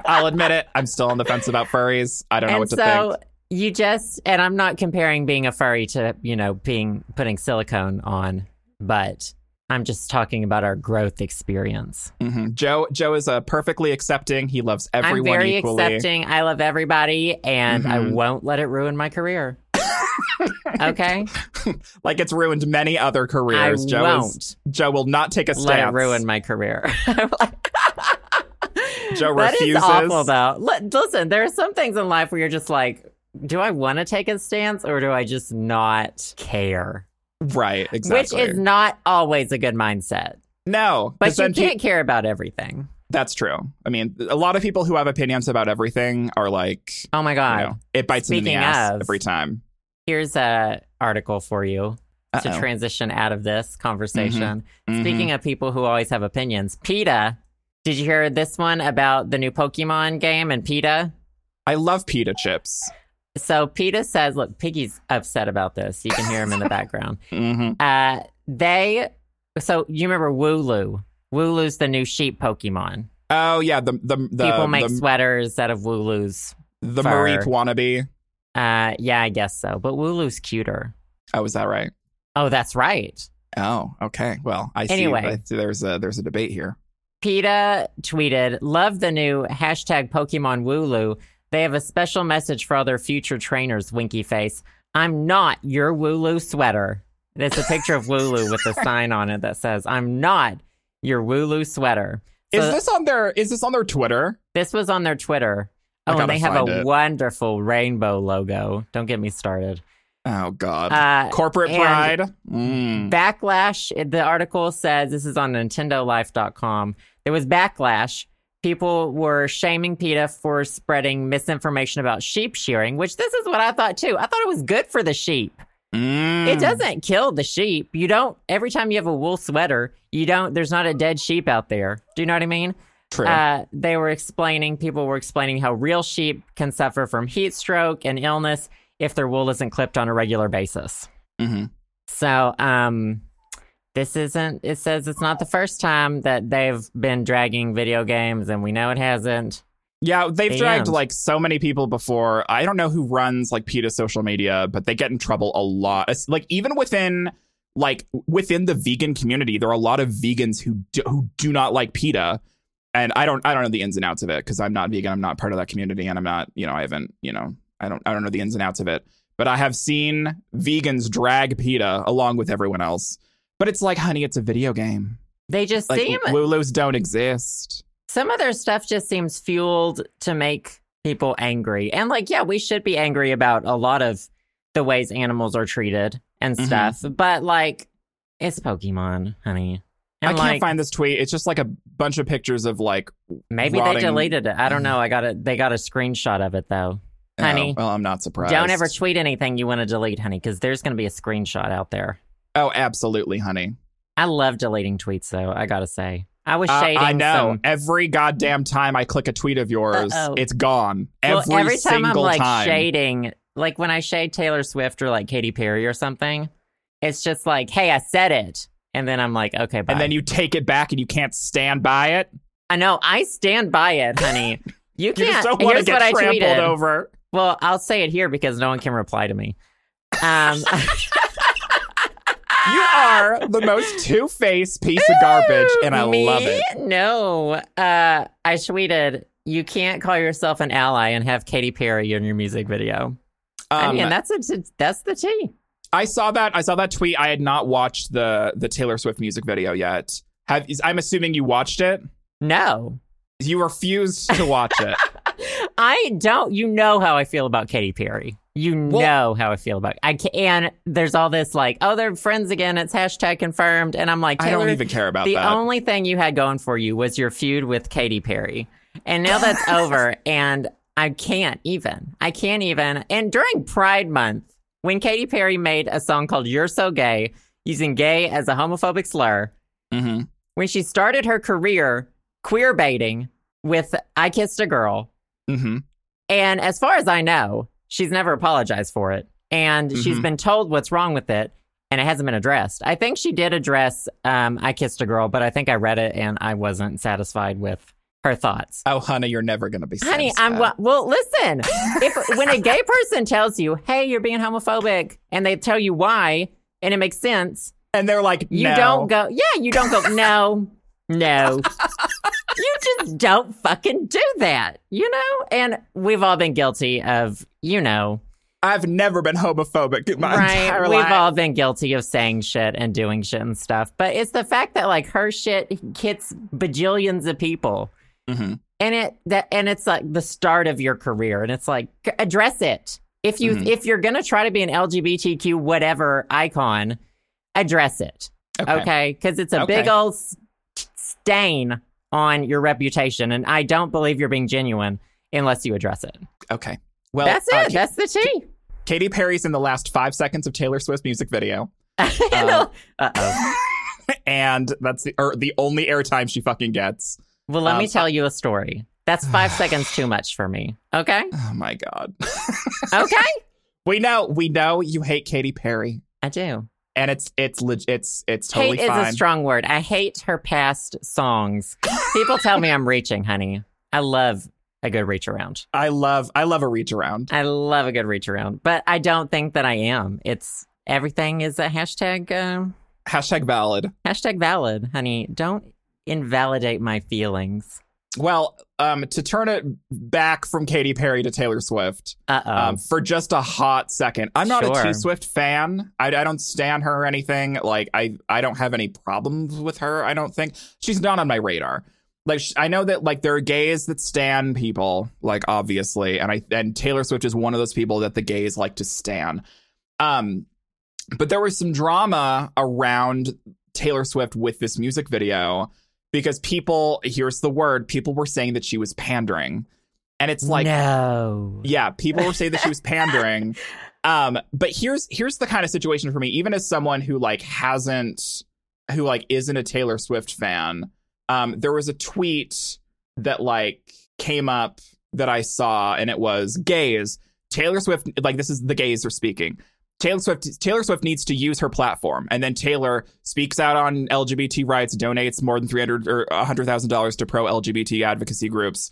Speaker 2: I'll admit it. I'm still on the fence about furries. I don't know
Speaker 1: and
Speaker 2: what to
Speaker 1: so
Speaker 2: think.
Speaker 1: you just and I'm not comparing being a furry to you know being putting silicone on, but I'm just talking about our growth experience.
Speaker 2: Mhm. Joe Joe is uh, perfectly accepting. He loves
Speaker 1: I'm
Speaker 2: everyone
Speaker 1: very
Speaker 2: equally.
Speaker 1: accepting. I love everybody, and I
Speaker 2: Mhm.
Speaker 1: won't let it ruin my career. okay,
Speaker 2: Like it's ruined many other careers.
Speaker 1: I
Speaker 2: Joe
Speaker 1: won't
Speaker 2: Is, Joe will not take a stance.
Speaker 1: let it ruin my career. I'm like-
Speaker 2: Joe
Speaker 1: That is
Speaker 2: refuses.
Speaker 1: awful, though. Li- listen, there are some things in life where you're just like, do I want to take a stance or do I just not care?
Speaker 2: Right, exactly.
Speaker 1: Which is not always a good mindset.
Speaker 2: no,
Speaker 1: But
Speaker 2: 'cause
Speaker 1: you
Speaker 2: then pe-
Speaker 1: can't care about everything.
Speaker 2: that's true. I mean, a lot of people who have opinions about everything are like, you
Speaker 1: Oh my God.
Speaker 2: know, it bites them in the
Speaker 1: Speaking
Speaker 2: ass
Speaker 1: of-
Speaker 2: every time.
Speaker 1: Here's a article for you to
Speaker 2: Uh-oh. Mm-hmm.
Speaker 1: transition out of this conversation.
Speaker 2: Mhm.
Speaker 1: Speaking of people who always have opinions, PETA. Did you hear this one about the new Pokemon game and PETA?
Speaker 2: I love pita chips.
Speaker 1: So PETA says, look, Piggy's upset about this. You can hear him in the background.
Speaker 2: hmm
Speaker 1: Uh, they, so you remember Wooloo. Wooloo's the new sheep Pokemon.
Speaker 2: Oh yeah, the the the
Speaker 1: People make
Speaker 2: the,
Speaker 1: sweaters out of Wooloo's.
Speaker 2: the
Speaker 1: fur.
Speaker 2: Mareep wannabe.
Speaker 1: Uh, yeah, I guess so. But Wooloo's cuter.
Speaker 2: Oh, is that right?
Speaker 1: Oh, that's right.
Speaker 2: Oh, okay. Well, I see.
Speaker 1: Anyway.
Speaker 2: I see there's a there's a debate here.
Speaker 1: PETA tweeted, Love the new hashtag Pokemon Wooloo. They have a special message for other future trainers, Winky Face. I'm not your Wooloo sweater. It's a picture of Wooloo with a sign on it that says, I'm not your Wooloo sweater. So
Speaker 2: Is this on their is this on their Twitter?
Speaker 1: this was on their Twitter.
Speaker 2: I
Speaker 1: Oh, and
Speaker 2: gotta
Speaker 1: they have
Speaker 2: find
Speaker 1: a
Speaker 2: it.
Speaker 1: wonderful rainbow logo. Don't get me started.
Speaker 2: Oh God,
Speaker 1: Uh,
Speaker 2: corporate
Speaker 1: and-
Speaker 2: pride. Mm.
Speaker 1: Backlash, the article says this is on nintendolife.com. There was backlash. People were shaming PETA for spreading misinformation about sheep shearing, which this is what I thought too. I thought it was good for the sheep.
Speaker 2: Mm.
Speaker 1: It doesn't kill the sheep. You don't, every time you have a wool sweater, you don't, there's not a dead sheep out there. Do you know what I mean?
Speaker 2: True.
Speaker 1: Uh, they were explaining, people were explaining how real sheep can suffer from heat stroke and illness if their wool isn't clipped on a regular basis.
Speaker 2: Mhm.
Speaker 1: So, um, this isn't, it says it's not the first time that they've been dragging video games, and we know it hasn't.
Speaker 2: Yeah, they've
Speaker 1: The
Speaker 2: dragged
Speaker 1: end.
Speaker 2: like so many people before. I don't know who runs like PETA social media, but they get in trouble a lot. It's, like even within like within the vegan community, there are a lot of vegans who do, who do not like PETA. And I don't I don't know the ins and outs of it because I'm not vegan. I'm not part of that community, and I'm not you know I haven't you know I don't I don't know the ins and outs of it. But I have seen vegans drag PETA along with everyone else. But it's like, honey, it's a video game.
Speaker 1: They just
Speaker 2: Like
Speaker 1: seem,
Speaker 2: Lulus don't exist.
Speaker 1: some of their stuff just seems fueled to make people angry. And, like, yeah, we should be angry about a lot of the ways animals are treated and
Speaker 2: Mhm.
Speaker 1: stuff, but, like, it's Pokemon, honey. And,
Speaker 2: I can't
Speaker 1: like,
Speaker 2: find this tweet. It's just like a bunch of pictures of like
Speaker 1: Maybe
Speaker 2: rotting-
Speaker 1: they deleted it. I don't know. I got a They got a screenshot of it though.
Speaker 2: Oh,
Speaker 1: Honey,
Speaker 2: well, I'm not surprised.
Speaker 1: Don't ever tweet anything you want to delete, honey, because there's going to be a screenshot out there.
Speaker 2: oh, absolutely, honey.
Speaker 1: I love deleting tweets though. I gotta say, I was
Speaker 2: Uh,
Speaker 1: shading.
Speaker 2: I know.
Speaker 1: some-
Speaker 2: Every goddamn time I click a tweet of yours,
Speaker 1: Uh-oh.
Speaker 2: it's gone.
Speaker 1: well,
Speaker 2: every,
Speaker 1: every time
Speaker 2: single
Speaker 1: I'm like
Speaker 2: time.
Speaker 1: shading, like when I shade Taylor Swift or like Katy Perry or something, it's just like, hey, I said it, and then I'm like, okay, bye.
Speaker 2: and then you take it back and you can't stand by it.
Speaker 1: I know. I stand by it, honey. You
Speaker 2: You
Speaker 1: can't.
Speaker 2: just don't
Speaker 1: and
Speaker 2: want to
Speaker 1: here's
Speaker 2: get
Speaker 1: what I
Speaker 2: trampled
Speaker 1: tweeted.
Speaker 2: over.
Speaker 1: Well, I'll say it here because no one can reply to me. Um, Ah!
Speaker 2: You are the most two faced piece of garbage, and I
Speaker 1: Me?
Speaker 2: love it.
Speaker 1: No. Uh, I tweeted, you can't call yourself an ally and have Katy Perry in your music video. I
Speaker 2: Um,
Speaker 1: mean, that's a t- that's the T.
Speaker 2: I saw that. I saw that tweet. I had not watched the the Taylor Swift music video yet. Have is, I'm assuming you watched it.
Speaker 1: No,
Speaker 2: You refused to watch it.
Speaker 1: I don't. You know how I feel about Katy Perry. You
Speaker 2: Well-
Speaker 1: know how I feel about. I can, and there's all this like, oh, they're friends again. It's hashtag confirmed, and I'm like,
Speaker 2: I don't
Speaker 1: Taylor,
Speaker 2: even care about
Speaker 1: the
Speaker 2: that.
Speaker 1: only thing you had going for you was your feud with Katy Perry. And now that's over and I can't even. I can't even. And during Pride month, when Katy Perry made a song called You're So Gay, using gay as a homophobic slur,
Speaker 2: Mm-hmm.
Speaker 1: when she started her career queer baiting with I Kissed a Girl.
Speaker 2: Mm-hmm.
Speaker 1: And as far as I know, she's never apologized for it. And she's
Speaker 2: Mhm.
Speaker 1: been told what's wrong with it, and it hasn't been addressed. I think she did address um, I Kissed a Girl, but I think I read it and I wasn't satisfied with her thoughts.
Speaker 2: Oh, honey, you're never gonna be.
Speaker 1: Honey, I'm
Speaker 2: satisfied.
Speaker 1: well. well listen, if when a gay person tells you, "Hey, you're being homophobic," and they tell you why, and it makes sense,
Speaker 2: And they're like,
Speaker 1: you
Speaker 2: no.
Speaker 1: don't go. Yeah, you don't go. No, no, you just don't fucking do that. You know. And we've all been guilty of, you know,
Speaker 2: I've never been homophobic in my
Speaker 1: right?
Speaker 2: entire
Speaker 1: We've
Speaker 2: life.
Speaker 1: all been guilty of saying shit and doing shit and stuff. But it's the fact that like her shit hits bajillions of people
Speaker 2: Mhm.
Speaker 1: and it that and it's like the start of your career and it's like c- address it if you
Speaker 2: Mhm.
Speaker 1: if you're gonna try to be an lgbtq whatever icon address it
Speaker 2: Okay.
Speaker 1: okay because it's a
Speaker 2: Okay.
Speaker 1: big old s- stain on your reputation and i don't believe you're being genuine unless you address it
Speaker 2: Okay. Well,
Speaker 1: that's it
Speaker 2: uh, Ka-
Speaker 1: that's the tea
Speaker 2: Katy Perry's in the last five seconds of Taylor Swift's music video, Um,
Speaker 1: uh, oh
Speaker 2: and that's the or the only airtime she fucking gets.
Speaker 1: well let me
Speaker 2: um,
Speaker 1: tell you a story that's five seconds too much for me okay
Speaker 2: Oh my god.
Speaker 1: okay
Speaker 2: we know, we know you hate Katy Perry,
Speaker 1: i do
Speaker 2: and it's it's leg- it's it's totally
Speaker 1: hate
Speaker 2: fine.
Speaker 1: is a strong word. I hate her past songs. People tell me I'm reaching, honey. I love a good reach around.
Speaker 2: I love I love a reach around.
Speaker 1: I love a good reach around, but I don't think that I am. It's everything is a hashtag um,
Speaker 2: Hashtag valid.
Speaker 1: hashtag valid, honey. Don't invalidate my feelings.
Speaker 2: Well, um, to turn it back from Katy Perry to Taylor Swift
Speaker 1: Uh oh.
Speaker 2: um, for just a hot second. I'm not a
Speaker 1: Sure.
Speaker 2: T Swift fan. I, I don't stand her or anything. Like I, I don't have any problems with her. I don't think she's not on my radar. Like sh- I know that like there are gays that stan people, like obviously, and I and Taylor Swift is one of those people that the gays like to stan. Um, but there was some drama around Taylor Swift with this music video because people, here's the word, people were saying that she was pandering. And it's like,
Speaker 1: no.
Speaker 2: yeah, people were saying that she was pandering. Um, but here's here's the kind of situation for me, even as someone who like hasn't who like isn't a Taylor Swift fan, um, there was a tweet that like came up that I saw and it was gays. Taylor Swift like this is the gays are speaking. Taylor Swift Taylor Swift needs to use her platform. And then Taylor speaks out on LGBT rights, donates more than 300 or $100,000 to pro LGBT advocacy groups,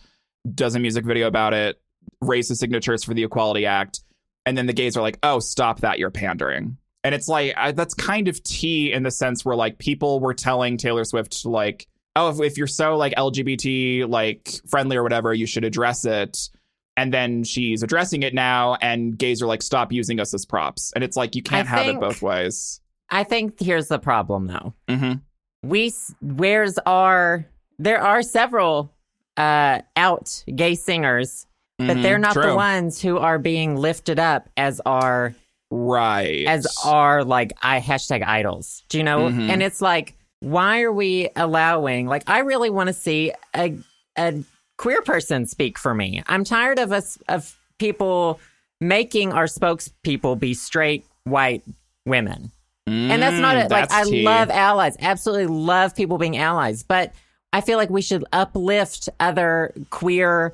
Speaker 2: does a music video about it, raises signatures for the Equality Act. And then the gays are like, "Oh, stop that, you're pandering." And it's like I, that's kind of tea in the sense where like people were telling Taylor Swift like, "Oh, if, if you're so like LGBT like friendly or whatever, you should address it." And then she's addressing it now, and gays are like, "Stop using us as props." And it's like you can't
Speaker 1: I
Speaker 2: have it
Speaker 1: think-
Speaker 2: both ways.
Speaker 1: I think here's the problem though.
Speaker 2: Mm-hmm.
Speaker 1: we s- where's our there are several uh out gay singers
Speaker 2: Mm-hmm.
Speaker 1: but they're not the ones who are being lifted up as our
Speaker 2: right?
Speaker 1: as our like i hashtag idols do you know
Speaker 2: Mhm.
Speaker 1: and it's like why are we allowing like i really want to see a a queer person speak for me i'm tired of us of people making our spokespeople be straight white women and that's not
Speaker 2: Mm,
Speaker 1: it. Like
Speaker 2: that's
Speaker 1: I
Speaker 2: tea.
Speaker 1: love allies, absolutely love people being allies, but I feel like we should uplift other queer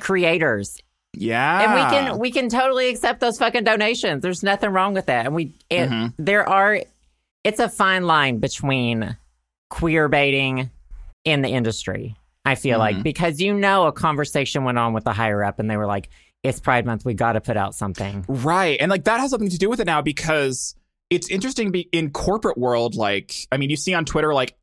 Speaker 1: creators,
Speaker 2: yeah,
Speaker 1: and we can we can totally accept those fucking donations. There's nothing wrong with that, and we it,
Speaker 2: Mhm.
Speaker 1: there are. It's a fine line between queer baiting in the industry. I feel like
Speaker 2: Mhm.
Speaker 1: because you know a conversation went on with the higher up, and they were like, "It's Pride Month, we got to put out something."
Speaker 2: Right. And like that has something to do with it now because it's interesting be- in corporate world like I mean you see on Twitter like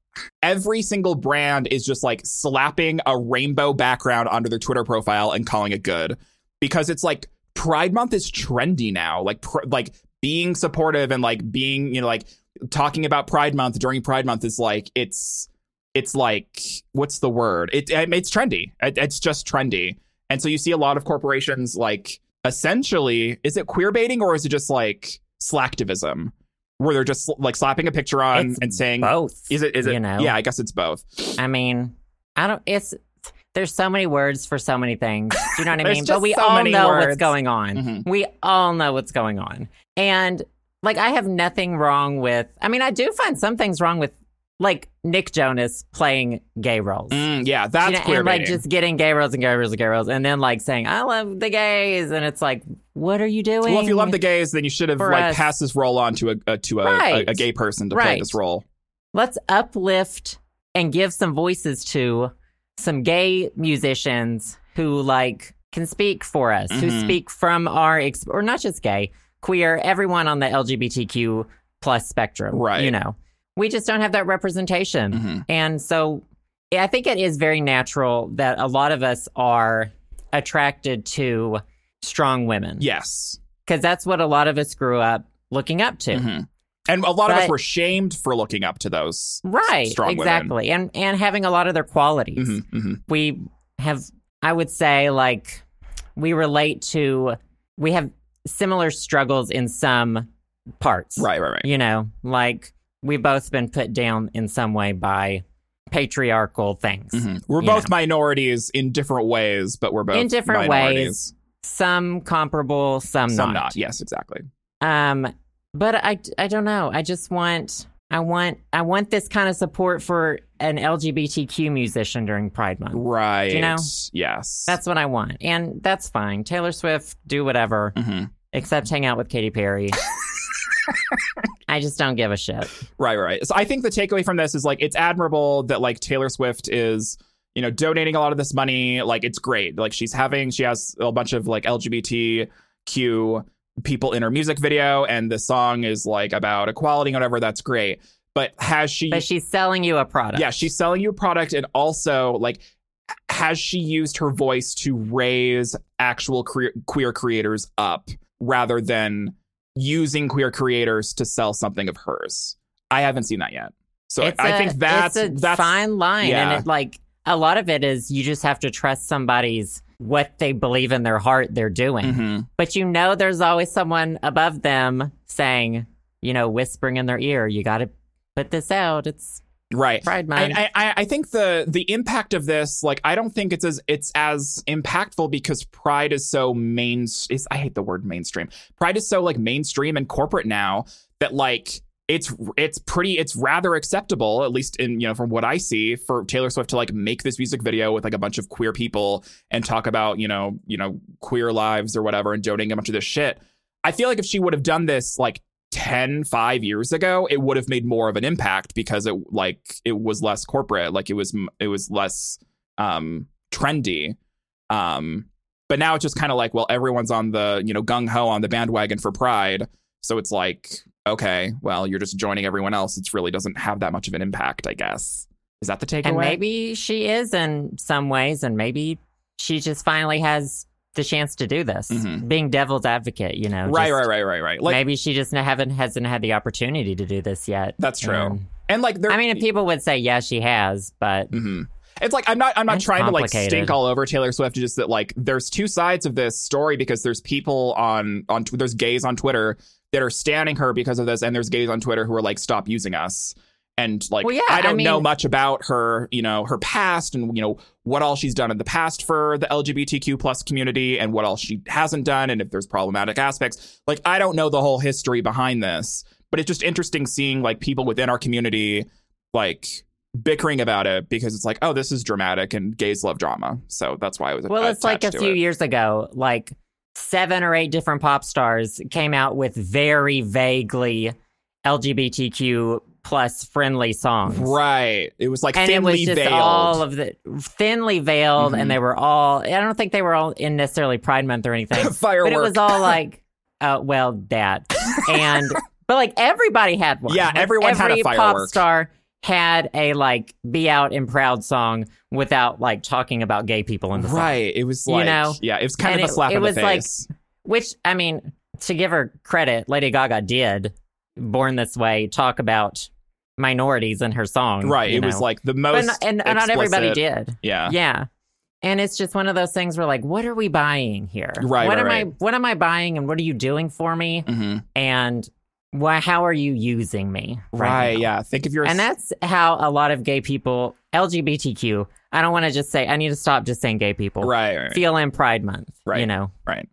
Speaker 2: every single brand is just like slapping a rainbow background onto their Twitter profile and calling it good because it's like Pride month is trendy now. Like pr- like being supportive and like being, you know, like talking about Pride month during Pride month is like it's it's like what's the word? It, it it's trendy. It, it's just trendy. And so you see a lot of corporations like essentially is it queer baiting or is it just like slacktivism where they're just like slapping a picture on
Speaker 1: It's
Speaker 2: and saying
Speaker 1: Both
Speaker 2: is it is it
Speaker 1: you know?
Speaker 2: yeah I guess it's both
Speaker 1: I mean, I don't. It's There's so many words for so many things. Do you know what I
Speaker 2: There's
Speaker 1: mean?
Speaker 2: just
Speaker 1: But we
Speaker 2: so
Speaker 1: all
Speaker 2: many
Speaker 1: know what's
Speaker 2: words.
Speaker 1: going on.
Speaker 2: Mhm.
Speaker 1: We all know what's going on. And like, I have nothing wrong with, I mean, I do find some things wrong with like Nick Jonas playing gay roles.
Speaker 2: Mm, yeah,
Speaker 1: You
Speaker 2: that's
Speaker 1: know,
Speaker 2: queer
Speaker 1: and like
Speaker 2: baiting.
Speaker 1: just getting gay roles and gay roles and gay roles, and then like saying I love the gays, and it's like, what are you doing?
Speaker 2: Well, if you love the gays, then you should have
Speaker 1: For
Speaker 2: like
Speaker 1: us.
Speaker 2: passed this role on to a, a to a,
Speaker 1: Right.
Speaker 2: a, a gay person to play
Speaker 1: Right.
Speaker 2: this role.
Speaker 1: let's uplift and give some voices to some gay musicians who like can speak for us, who
Speaker 2: Mhm.
Speaker 1: speak from our ex- or not just gay, queer, everyone on the LGBTQ plus spectrum.
Speaker 2: Right.
Speaker 1: You know, we just don't have that representation,
Speaker 2: Mhm.
Speaker 1: and so I think it is very natural that a lot of us are attracted to strong women.
Speaker 2: Yes,
Speaker 1: because that's what a lot of us grew up looking up to.
Speaker 2: Mhm. and a lot of us
Speaker 1: But-
Speaker 2: were shamed for looking up to those.
Speaker 1: Right,
Speaker 2: strong women.
Speaker 1: exactly, and and having a lot of their qualities.
Speaker 2: Mhm, mhm.
Speaker 1: We have, I would say, like we relate to. We have similar struggles in some parts,
Speaker 2: Right, right, right.
Speaker 1: You know, like we've both been put down in some way by patriarchal things.
Speaker 2: Mhm. We're
Speaker 1: You
Speaker 2: both minorities in different ways, but we're both
Speaker 1: In different
Speaker 2: minorities.
Speaker 1: Some comparable, some,
Speaker 2: Some not. Yes, exactly.
Speaker 1: Um, but I, I don't know. I just want I want I want this kind of support for an LGBTQ musician during Pride Month.
Speaker 2: Right.
Speaker 1: know?
Speaker 2: Yes.
Speaker 1: That's what I want, and that's fine. Taylor Swift, do whatever,
Speaker 2: Mhm.
Speaker 1: except hang out with Katy Perry. I just don't give a shit.
Speaker 2: Right, right, right. So I think the takeaway from this is like it's admirable that like Taylor Swift is, you know, donating a lot of this money. Like it's great. Like she's having she has a bunch of like LGBTQ people in her music video and the song is like about equality and whatever, that's great. But has she
Speaker 1: But she's selling you a product.
Speaker 2: Yeah, she's selling you a product and also like has she used her voice to raise actual cre- queer creators up rather than using queer creators to sell something of hers? I haven't seen that yet. So I
Speaker 1: it's
Speaker 2: I
Speaker 1: a-
Speaker 2: think that's
Speaker 1: it's a
Speaker 2: that's
Speaker 1: fine line,
Speaker 2: yeah.
Speaker 1: and it, like a lot of it is you just have to trust somebody's what they believe in their heart they're doing.
Speaker 2: Mhm.
Speaker 1: But you know, there's always someone above them saying, you know, whispering in their ear, you got to put this out. It's
Speaker 2: right.
Speaker 1: Pride Month.
Speaker 2: I, I- I I think the the impact of this, like, I don't think it's as it's as impactful because Pride is so main. Is I hate the word mainstream. Pride is so like mainstream and corporate now that like it's it's pretty it's rather acceptable at least in you know from what I see for Taylor Swift to like make this music video with like a bunch of queer people and talk about you know you know queer lives or whatever and donating a bunch of this shit. I feel like if she would have done this like 10 5 years ago it would have made more of an impact because it like it was less corporate like it was m- it was less um trendy um but now it's just kind of like well everyone's on the you know gung ho on the bandwagon for pride so it's like okay well you're just joining everyone else it really doesn't have that much of an impact i guess is that the takeaway
Speaker 1: and maybe she is in some ways, and maybe she just finally has the chance to do this,
Speaker 2: Mhm.
Speaker 1: being devil's advocate, you know.
Speaker 2: right
Speaker 1: just-
Speaker 2: right right right right like
Speaker 1: maybe she just haven't hasn't had the opportunity to do this yet.
Speaker 2: That's true.
Speaker 1: And-
Speaker 2: and like there
Speaker 1: I mean, and people would say, yeah, she has, but
Speaker 2: Mhm. It's like I'm not I'm not
Speaker 1: That's
Speaker 2: trying to like
Speaker 1: complicated.
Speaker 2: stink all over Taylor Swift. Just that like there's two sides of this story because there's people on on tw- there's gays on Twitter that are standing her because of this, and there's gays on Twitter who are like stop using us. And like
Speaker 1: Well, yeah,
Speaker 2: I
Speaker 1: I
Speaker 2: don't know
Speaker 1: mean-
Speaker 2: much about her, you know, her past and you know what all she's done in the past for the LGBTQ plus community and what all she hasn't done and if there's problematic aspects. Like I don't know the whole history behind this, but it's just interesting seeing like people within our community like bickering about it because it's like, oh, this is dramatic and gays love drama. So that's why I was
Speaker 1: Well, it's like a
Speaker 2: attached to
Speaker 1: few
Speaker 2: it.
Speaker 1: years ago, like seven or eight different pop stars came out with very vaguely LGBTQ plus friendly songs.
Speaker 2: Right. It was like
Speaker 1: And it
Speaker 2: thinly
Speaker 1: was just
Speaker 2: veiled.
Speaker 1: all of the thinly veiled,
Speaker 2: Mhm.
Speaker 1: and they were all. I don't think they were all in necessarily Pride Month or anything,
Speaker 2: Firework.
Speaker 1: but it was all like, uh, well, that and but like everybody had one.
Speaker 2: Yeah,
Speaker 1: Like,
Speaker 2: everyone had a
Speaker 1: every pop
Speaker 2: firework.
Speaker 1: star had a like be out and proud song without like talking about gay people in the song.
Speaker 2: right. It was
Speaker 1: You
Speaker 2: like,
Speaker 1: know?
Speaker 2: yeah, it was kind
Speaker 1: And
Speaker 2: of a
Speaker 1: it-
Speaker 2: slap
Speaker 1: it
Speaker 2: in the
Speaker 1: was like-
Speaker 2: face.
Speaker 1: Which I mean, to give her credit, Lady Gaga did "Born This Way" talk about minorities in her song.
Speaker 2: right.
Speaker 1: you
Speaker 2: It was
Speaker 1: know.
Speaker 2: like the
Speaker 1: but
Speaker 2: most.
Speaker 1: not, and and not everybody
Speaker 2: explicit-
Speaker 1: did.
Speaker 2: Yeah.
Speaker 1: Yeah, and it's just one of those things where like, what are we buying here?
Speaker 2: Right,
Speaker 1: What
Speaker 2: right,
Speaker 1: am I?
Speaker 2: right.
Speaker 1: What am I buying? And what are you doing for me?
Speaker 2: hmm
Speaker 1: And why? How are you using me?
Speaker 2: Right.
Speaker 1: now?
Speaker 2: yeah. Think of your.
Speaker 1: And that's how a lot of gay people, LGBTQ, I don't want to just say, I need to stop just saying gay people.
Speaker 2: Right, right,
Speaker 1: Feel in Pride Month, you
Speaker 2: Right.
Speaker 1: know.
Speaker 2: right.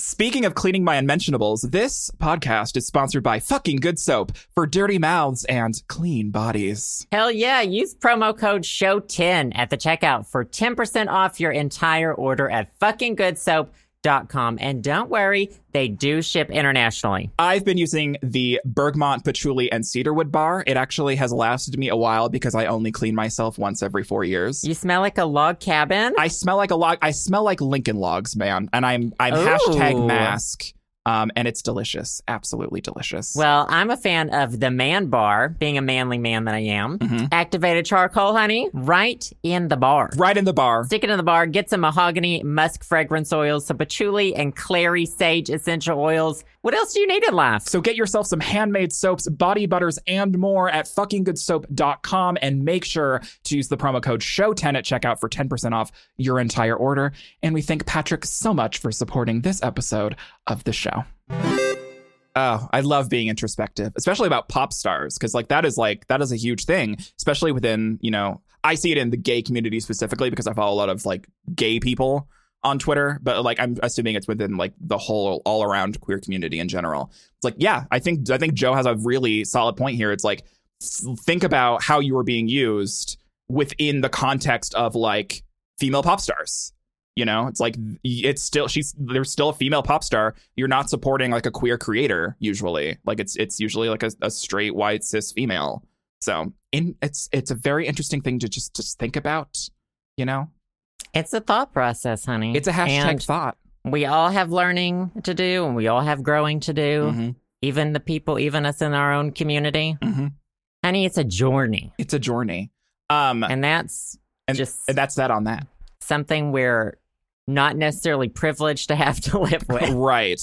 Speaker 2: Speaking of cleaning my unmentionables, this podcast is sponsored by fucking good soap for dirty mouths and clean bodies.
Speaker 1: Hell yeah, use promo code SHOW10 at the checkout for 10% off your entire order at fuckinggoodsoap.com. And don't worry, they do ship internationally.
Speaker 2: I've been using the Bergmont Patchouli and Cedarwood bar. It actually has lasted me a while because I only clean myself once every four years.
Speaker 1: You smell like a log cabin.
Speaker 2: I smell like a log. I smell like Lincoln logs, man. And I'm I'm
Speaker 1: Ooh.
Speaker 2: hashtag mask. Um, and it's delicious, absolutely delicious.
Speaker 1: Well, I'm a fan of the man bar, being a manly man that I am.
Speaker 2: Mhm.
Speaker 1: Activated charcoal, honey, right in the bar.
Speaker 2: right in the bar.
Speaker 1: Stick it in the bar, get some mahogany, musk fragrance oils, some patchouli and clary sage essential oils. What else do you need in life?
Speaker 2: So get yourself some handmade soaps, body butters, and more at fuckinggoodsoap.com and make sure to use the promo code SHOW10 at checkout for 10% off your entire order. And we thank Patrick so much for supporting this episode of the show. Oh, I love being introspective, especially about pop stars, because like that is like that is a huge thing, especially within, you know, I see it in the gay community specifically because I follow a lot of like gay people on Twitter, but like I'm assuming it's within like the whole all around queer community in general. It's like, yeah, I think I think Joe has a really solid point here. It's like s- think about how you were being used within the context of like female pop stars. You know, it's like y- it's still she's there's still a female pop star. You're not supporting like a queer creator usually. Like it's it's usually like a, a straight white cis female. So in it's it's a very interesting thing to just just think about. You know,
Speaker 1: It's a thought process, honey.
Speaker 2: it's a hashtag
Speaker 1: And
Speaker 2: thought.
Speaker 1: we all have learning to do and we all have growing to do.
Speaker 2: Mm-hmm.
Speaker 1: Even the people, even us in our own community.
Speaker 2: hmm
Speaker 1: Honey, it's a journey.
Speaker 2: It's a journey. Um, and,
Speaker 1: And that's just
Speaker 2: and that's that on that.
Speaker 1: something we're not necessarily privileged to have to live with.
Speaker 2: right.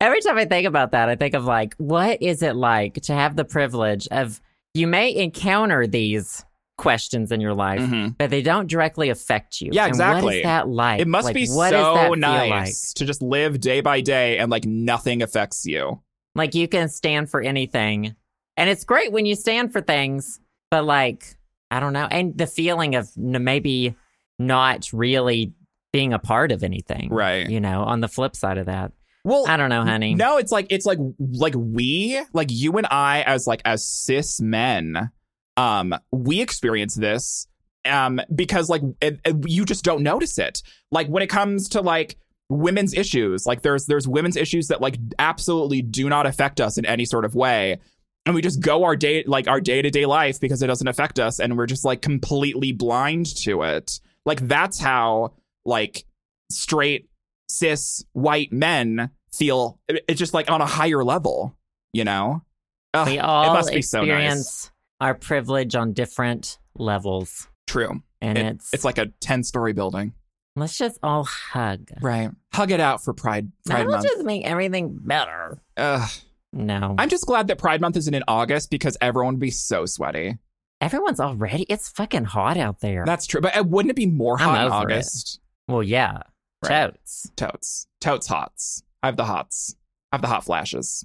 Speaker 1: Every time I think about that, I think of like, what is it like to have the privilege of you may encounter these questions in your life,
Speaker 2: Mhm.
Speaker 1: but they don't directly affect you.
Speaker 2: Yeah,
Speaker 1: And What
Speaker 2: exactly.
Speaker 1: is that like?
Speaker 2: It must
Speaker 1: Like,
Speaker 2: be
Speaker 1: what does that
Speaker 2: so
Speaker 1: feel
Speaker 2: nice
Speaker 1: like?
Speaker 2: to just live day by day and like nothing affects you.
Speaker 1: Like you can stand for anything. And it's great when you stand for things, but like, I don't know. And the feeling of n- maybe not really being a part of anything.
Speaker 2: Right.
Speaker 1: You know, on the flip side of that.
Speaker 2: Well,
Speaker 1: Mm. I don't know, honey.
Speaker 2: No, it's like it's like like we like you and I as like as cis men, um, we experience this, um, because like it, it- you just don't notice it. Like when it comes to like women's issues, like there's there's women's issues that like absolutely do not affect us in any sort of way. And we just go our day like our day to day life because it doesn't affect us, and we're just like completely blind to it. Like that's how like straight cis white men feel it- it's just like on a higher level, you know? Ugh,
Speaker 1: We all
Speaker 2: Oh, must be so nice.
Speaker 1: experience our privilege on different levels.
Speaker 2: true.
Speaker 1: And
Speaker 2: It-
Speaker 1: it's,
Speaker 2: It's like a 10 story building.
Speaker 1: let's just all hug.
Speaker 2: Right. Hug it out for Pride Pride
Speaker 1: That'll
Speaker 2: Month.
Speaker 1: just make everything better.
Speaker 2: Ugh.
Speaker 1: No.
Speaker 2: I'm just glad that Pride Month isn't in August because everyone would be so sweaty.
Speaker 1: Everyone's already, it's fucking hot out there.
Speaker 2: That's true. But uh, wouldn't it be more hot
Speaker 1: I'm
Speaker 2: in
Speaker 1: over it.
Speaker 2: August?
Speaker 1: well, yeah.
Speaker 2: Right.
Speaker 1: Totes.
Speaker 2: Totes. Totes hots. I have the hots. I have the hot flashes.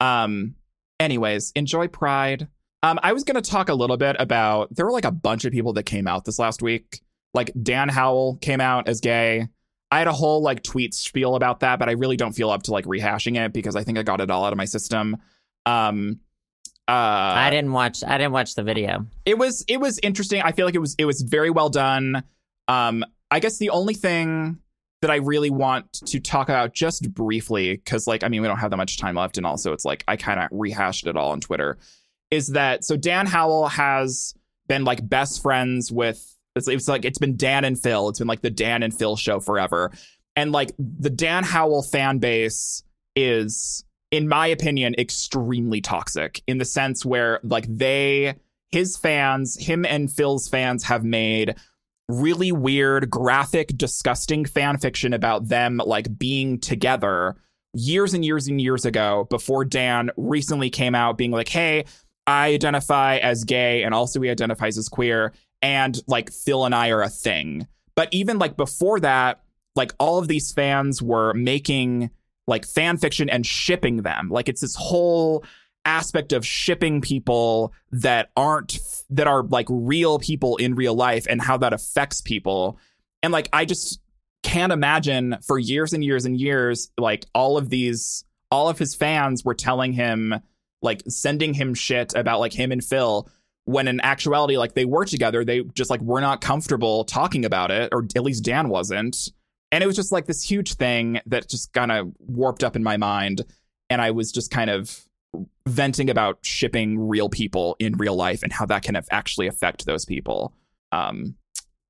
Speaker 2: Um anyways, enjoy Pride. Um I was going to talk a little bit about there were like a bunch of people that came out this last week. Like Dan Howell came out as gay. I had a whole like tweet spiel about that, but I really don't feel up to like rehashing it because I think I got it all out of my system. Um uh
Speaker 1: I didn't watch, I didn't watch the video.
Speaker 2: it was it was interesting. I feel like it was it was very well done. Um, I guess the only thing that I really want to talk about just briefly, because like I mean we don't have that much time left, and also it's like I kind of rehashed it all on Twitter, is that so Dan Howell has been like best friends with it's, it's like it's been Dan and Phil. It's been like the Dan and Phil show forever, and like the Dan Howell fan base is in my opinion extremely toxic in the sense where like they his fans, him and Phil's fans have made really weird, graphic, disgusting fan fiction about them like being together years and years and years ago before Dan recently came out being like, hey, I identify as gay and also he identifies as queer. And like Phil and I are a thing. But even like before that, like all of these fans were making like fan fiction and shipping them. Like it's this whole aspect of shipping people that aren't that are like real people in real life and how that affects people. And like I just can't imagine for years and years and years like all of these all of his fans were telling him like sending him shit about like him and Phil when in actuality like they were together they just like were not comfortable talking about it or at least Dan wasn't and it was just like this huge thing that just kind of warped up in my mind and I was just kind of venting about shipping real people in real life and how that can have actually affect those people um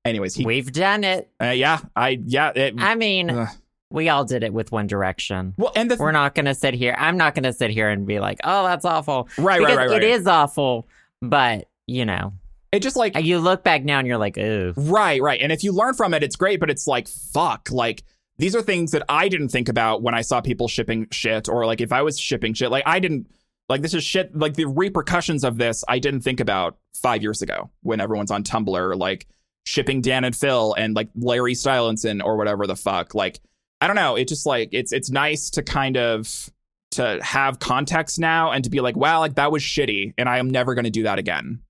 Speaker 2: anyways he,
Speaker 1: We've done it.
Speaker 2: uh, yeah I yeah it,
Speaker 1: I mean,
Speaker 2: Ugh.
Speaker 1: we all did it with One Direction.
Speaker 2: well and the th-
Speaker 1: We're not going to sit here. I'm not going to sit here and be like, oh, that's awful.
Speaker 2: right right
Speaker 1: because
Speaker 2: right right
Speaker 1: It is awful, but, you know,
Speaker 2: it just like
Speaker 1: you look back now and you're like, ooh.
Speaker 2: Right, right. And if you learn from it, it's great, but it's like, fuck, like these are things that I didn't think about when I saw people shipping shit or like if I was shipping shit, like I didn't like this is shit like the repercussions of this I didn't think about 5 years ago when everyone's on Tumblr like shipping Dan and Phil and like Larry Stylinson or whatever the fuck. Like I don't know, it just like it's it's nice to kind of to have context now and to be like, wow, like that was shitty and I am never going to do that again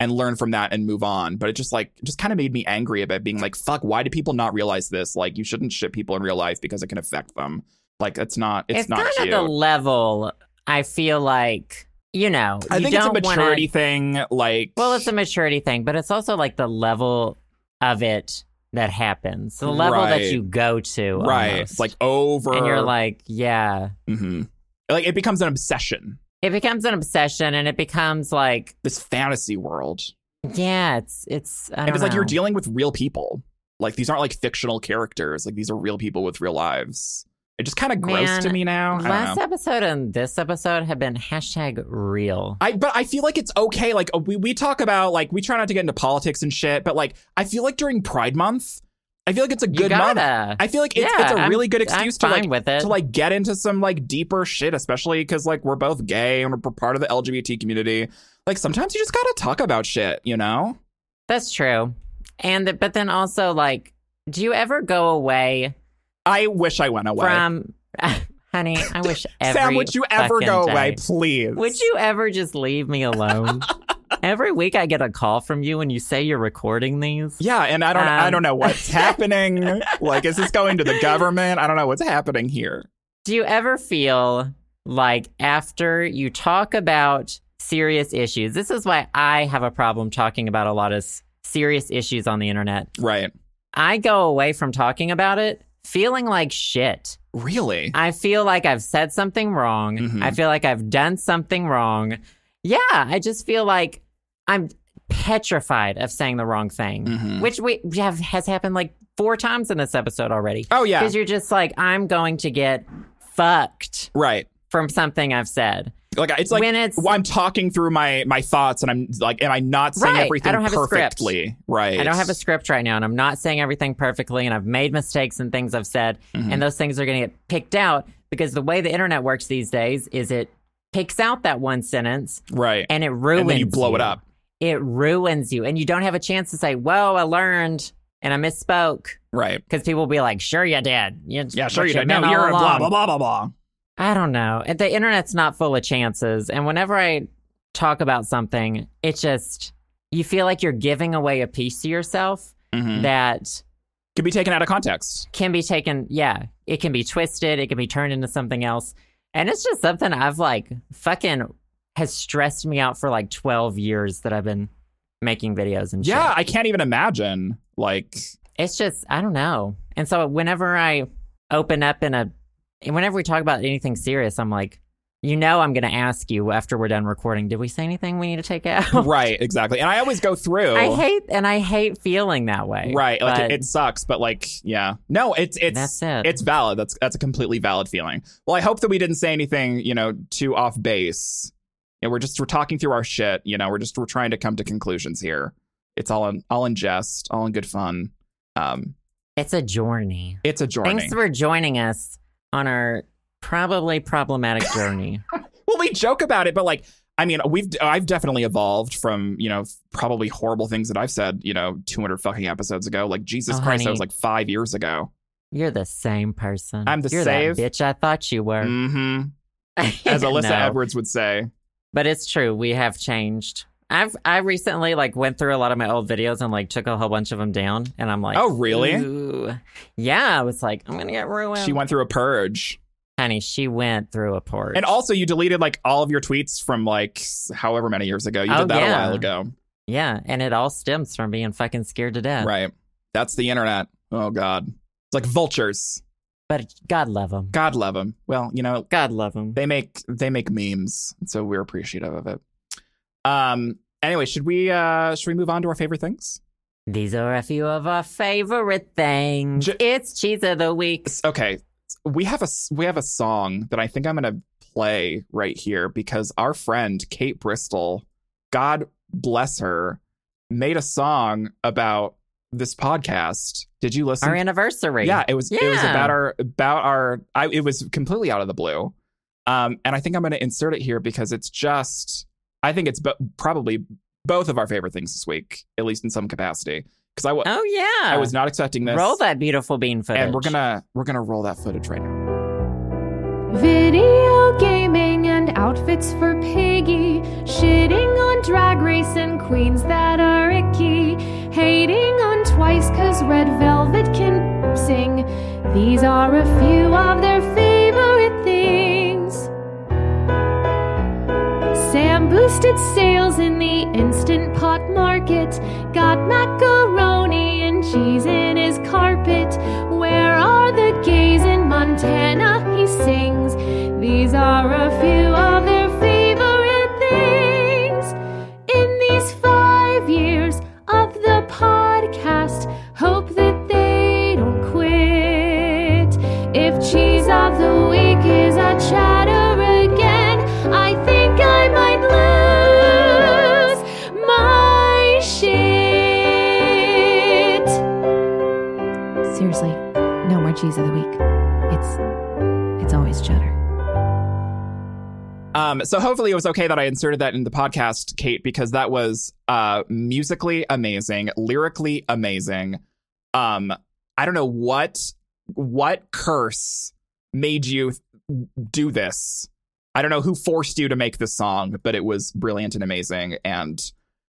Speaker 2: and learn from that and move on. But it just like just kind of made me angry about being like, fuck, why do people not realize this? Like you shouldn't shit people in real life because it can affect them. Like it's not it's, not
Speaker 1: kind
Speaker 2: cute.
Speaker 1: of the level I feel like, you know,
Speaker 2: I
Speaker 1: you
Speaker 2: think it's a
Speaker 1: don't
Speaker 2: maturity
Speaker 1: Wanna,
Speaker 2: thing. Like
Speaker 1: well, it's a maturity thing, but it's also like the level of it that happens, the level
Speaker 2: Right.
Speaker 1: that you go to.
Speaker 2: right.
Speaker 1: almost.
Speaker 2: It's like over
Speaker 1: and you're like, yeah.
Speaker 2: Mhm. like it becomes an obsession.
Speaker 1: It becomes an obsession and it becomes like,
Speaker 2: This fantasy world.
Speaker 1: yeah, it's, it's, I
Speaker 2: And
Speaker 1: don't
Speaker 2: it's like you're
Speaker 1: know.
Speaker 2: dealing with real people. Like these aren't like fictional characters. Like these are real people with real lives. It just kind of gross
Speaker 1: Man,
Speaker 2: to me now. I don't know.
Speaker 1: Last episode and this episode have been hashtag real.
Speaker 2: I but I feel like it's okay. Like we we talk about like we try not to get into politics and shit, but like I feel like during Pride Month, I feel like it's a
Speaker 1: you
Speaker 2: good month.
Speaker 1: gotta.
Speaker 2: I feel like it's,
Speaker 1: Yeah,
Speaker 2: it's a
Speaker 1: I'm-
Speaker 2: really good
Speaker 1: I'm
Speaker 2: excuse to
Speaker 1: fine
Speaker 2: like
Speaker 1: with it.
Speaker 2: to like get into some like deeper shit, especially because like we're both gay and we're part of the LGBT community. Like sometimes you just gotta talk about shit, you know?
Speaker 1: That's true. And th- but then also like, do you ever go away
Speaker 2: I wish I went away.
Speaker 1: from, honey? I wish every
Speaker 2: Sam, would you ever
Speaker 1: fucking
Speaker 2: go
Speaker 1: day.
Speaker 2: away, please?
Speaker 1: Would you ever just leave me alone? every week I get a call from you and you say you're recording these.
Speaker 2: Yeah, and I don't I
Speaker 1: Um,
Speaker 2: don't know what's happening. like, is this going to the government? I don't know what's happening here.
Speaker 1: Do you ever feel like after you talk about serious issues? This is why I have a problem talking about a lot of s- serious issues on the internet.
Speaker 2: Right.
Speaker 1: I go away from talking about it feeling like shit.
Speaker 2: Really?
Speaker 1: I feel like I've said something wrong.
Speaker 2: Mhm.
Speaker 1: I feel like I've done something wrong. Yeah, I just feel like I'm petrified of saying the wrong thing,
Speaker 2: Mhm.
Speaker 1: which we we have has happened like four times in this episode already.
Speaker 2: Oh yeah.
Speaker 1: Because you're just like, I'm going to get fucked
Speaker 2: Right.
Speaker 1: from something I've said.
Speaker 2: Like it's like
Speaker 1: when it's
Speaker 2: well, I'm talking through my my thoughts and I'm like, am I not saying
Speaker 1: Right.
Speaker 2: everything
Speaker 1: I don't have a script.
Speaker 2: perfectly? Right.
Speaker 1: I don't have a script right now, and I'm not saying everything perfectly, and I've made mistakes and things I've said,
Speaker 2: Mhm.
Speaker 1: and those things are going to get picked out because the way the internet works these days is it picks out that one sentence
Speaker 2: right.
Speaker 1: and it ruins
Speaker 2: And then you blow it
Speaker 1: you.
Speaker 2: up.
Speaker 1: It ruins you, and you don't have a chance to say, "Whoa, I learned and I misspoke,"
Speaker 2: Right.
Speaker 1: because people will be like, "Sure, you did. You,
Speaker 2: Yeah. Sure.
Speaker 1: what
Speaker 2: You
Speaker 1: you've
Speaker 2: did. No.
Speaker 1: been all
Speaker 2: You're a blah
Speaker 1: along."
Speaker 2: blah blah blah blah.
Speaker 1: I don't know. The internet's not full of chances. And whenever I talk about something, it just, you feel like you're giving away a piece of yourself
Speaker 2: Mhm.
Speaker 1: that
Speaker 2: Could be taken out of context.
Speaker 1: can be taken. Yeah, it can be twisted, it can be turned into something else. And it's just something I've like fucking has stressed me out for like 12 years that I've been making videos and shit.
Speaker 2: Yeah. I can't even imagine. Like.
Speaker 1: it's just I don't know. And so whenever I open up in a, whenever we talk about anything serious, I'm like, you know, I'm going to ask you after we're done recording. Did we say anything we need to take out?
Speaker 2: Right. Exactly. And I always go through.
Speaker 1: I hate and I hate feeling that way.
Speaker 2: Right, like
Speaker 1: but
Speaker 2: it, it sucks, but like, yeah, no, it's it's
Speaker 1: That's it.
Speaker 2: it's valid. That's that's a completely valid feeling. Well, I hope that we didn't say anything, you know, too off base. You know, we're just we're talking through our shit. You know, we're just we're trying to come to conclusions here. It's all in all in jest, all in good fun. Um,
Speaker 1: it's a journey.
Speaker 2: it's a journey.
Speaker 1: Thanks for joining us on our probably problematic journey.
Speaker 2: well, we joke about it, but like, I mean, we've I've definitely evolved from you know probably horrible things that I've said, you know, two hundred fucking episodes ago. Like Jesus
Speaker 1: Oh,
Speaker 2: Christ, that
Speaker 1: honey.
Speaker 2: was like five years ago.
Speaker 1: You're the same person.
Speaker 2: I'm the
Speaker 1: You're
Speaker 2: save.
Speaker 1: that bitch I thought you were.
Speaker 2: Mm-hmm. As Alyssa
Speaker 1: No.
Speaker 2: Edwards would say.
Speaker 1: But it's true, we have changed. I've I recently like went through a lot of my old videos and like took a whole bunch of them down, and I'm like,
Speaker 2: Oh, really?
Speaker 1: "Ooh." Yeah, I was like, I'm gonna get ruined.
Speaker 2: She went through a purge.
Speaker 1: Honey, she went through a port.
Speaker 2: And also, you deleted like all of your tweets from like s- however many years ago. You
Speaker 1: Oh,
Speaker 2: did that
Speaker 1: yeah.
Speaker 2: a while ago.
Speaker 1: yeah, and it all stems from being fucking scared to death.
Speaker 2: Right. That's the internet. Oh, God. It's like vultures.
Speaker 1: But God love them. God,
Speaker 2: God love them. Well, you know,
Speaker 1: love them.
Speaker 2: they make they make memes, so we're appreciative of it. Um. Anyway, should we uh should we move on to our favorite things?
Speaker 1: These are a few of our favorite things.
Speaker 2: J-
Speaker 1: it's cheese of the week.
Speaker 2: S- Okay, we have a s- we have a song that I think I'm gonna play right here because our friend Kate Bristol, God bless her, made a song about this podcast. Did you listen?
Speaker 1: Our anniversary.
Speaker 2: Yeah, it was it was
Speaker 1: Yeah.
Speaker 2: about our about our I, it was completely out of the blue. Um and I think I'm going to insert it here because it's just I think it's bo- probably both of our favorite things this week, at least in some capacity. Cuz I wa-
Speaker 1: Oh yeah.
Speaker 2: I was not expecting this.
Speaker 1: Roll that beautiful bean footage.
Speaker 2: and we're going to we're going to roll that footage right now.
Speaker 3: Video gaming and outfits for Piggy. Shitting on drag race and queens that are icky. Hating on twice cause Red Velvet can sing. These are a few of their favorite things. Sam boosted sales in the instant pot market. Got macaroni and cheese in his carpet. Where are the gays in Montana? He sings. These are a few of their favorite things. In these five years of the podcast, hope that they don't quit. If cheese of the week is a chatter again, I think I might lose my shit.
Speaker 4: Seriously, no more cheese of the week. It's it's always cheddar.
Speaker 2: Um so hopefully it was okay that I inserted that in the podcast Kate because that was uh musically amazing, lyrically amazing. Um I don't know what what curse made you do this. I don't know who forced you to make this song, but it was brilliant and amazing. And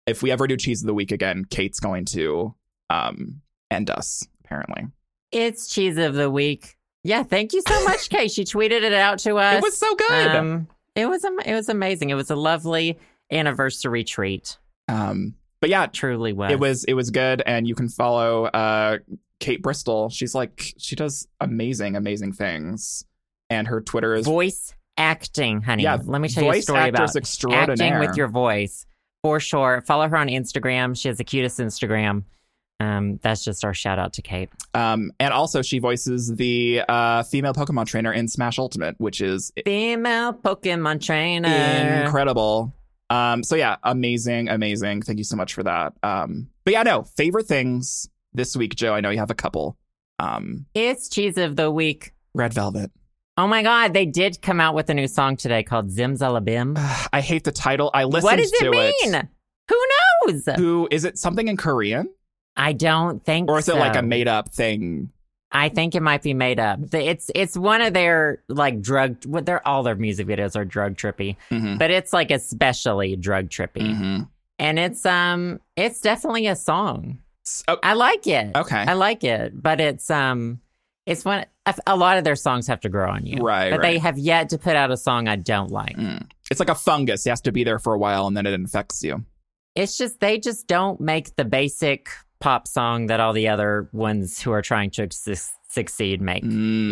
Speaker 2: if we ever do Cheese of the Week again, Kate's going to um, end us, apparently.
Speaker 1: It's cheese of the week. Yeah, thank you so much, Kay. She tweeted it out to us.
Speaker 2: it was so good. Um,
Speaker 1: Um, it was am- it was amazing. It was a lovely anniversary treat.
Speaker 2: Um, but yeah,
Speaker 1: Truly was.
Speaker 2: it was it was good. And you can follow uh, Kate Bristol. She's like she does amazing, amazing things. And her Twitter is
Speaker 1: voice acting, honey.
Speaker 2: Yeah,
Speaker 1: Let me tell you a
Speaker 2: voice
Speaker 1: story
Speaker 2: actress
Speaker 1: about
Speaker 2: extraordinaire.
Speaker 1: acting with your voice for sure. Follow her on Instagram. She has the cutest Instagram. Um, that's just our shout out to Kate.
Speaker 2: Um, and also, she voices the uh, female Pokemon trainer in Smash Ultimate, which is
Speaker 1: Female Pokemon trainer.
Speaker 2: incredible. Um, so yeah, amazing, amazing. Thank you so much for that. Um, but yeah, no favorite things this week, Joe. I know you have a couple. Um,
Speaker 1: It's cheese of the week.
Speaker 2: Red Velvet.
Speaker 1: Oh my God, they did come out with a new song today called Zimzalabim.
Speaker 2: Ugh, I hate the title. I listened
Speaker 1: What does
Speaker 2: to
Speaker 1: it mean? Who knows?
Speaker 2: Who is it? Something in Korean,
Speaker 1: I don't think.
Speaker 2: or is it like
Speaker 1: so.
Speaker 2: a made up thing?
Speaker 1: I think it might be made up. The- It's it's one of their like drug. What their all their music videos are drug trippy,
Speaker 2: Mm-hmm.
Speaker 1: but it's like especially drug trippy,
Speaker 2: Mm.
Speaker 1: and it's um it's definitely a song. I like it.
Speaker 2: oh, okay,
Speaker 1: I like it, but it's um it's one. a- A lot of their songs have to grow on you,
Speaker 2: right,
Speaker 1: But
Speaker 2: right.
Speaker 1: they have yet to put out a song I don't like.
Speaker 2: Mm. It's like a fungus. It has to be there for a while, and then it infects you.
Speaker 1: It's just they just don't make the basic pop song that all the other ones who are trying to su- succeed make. You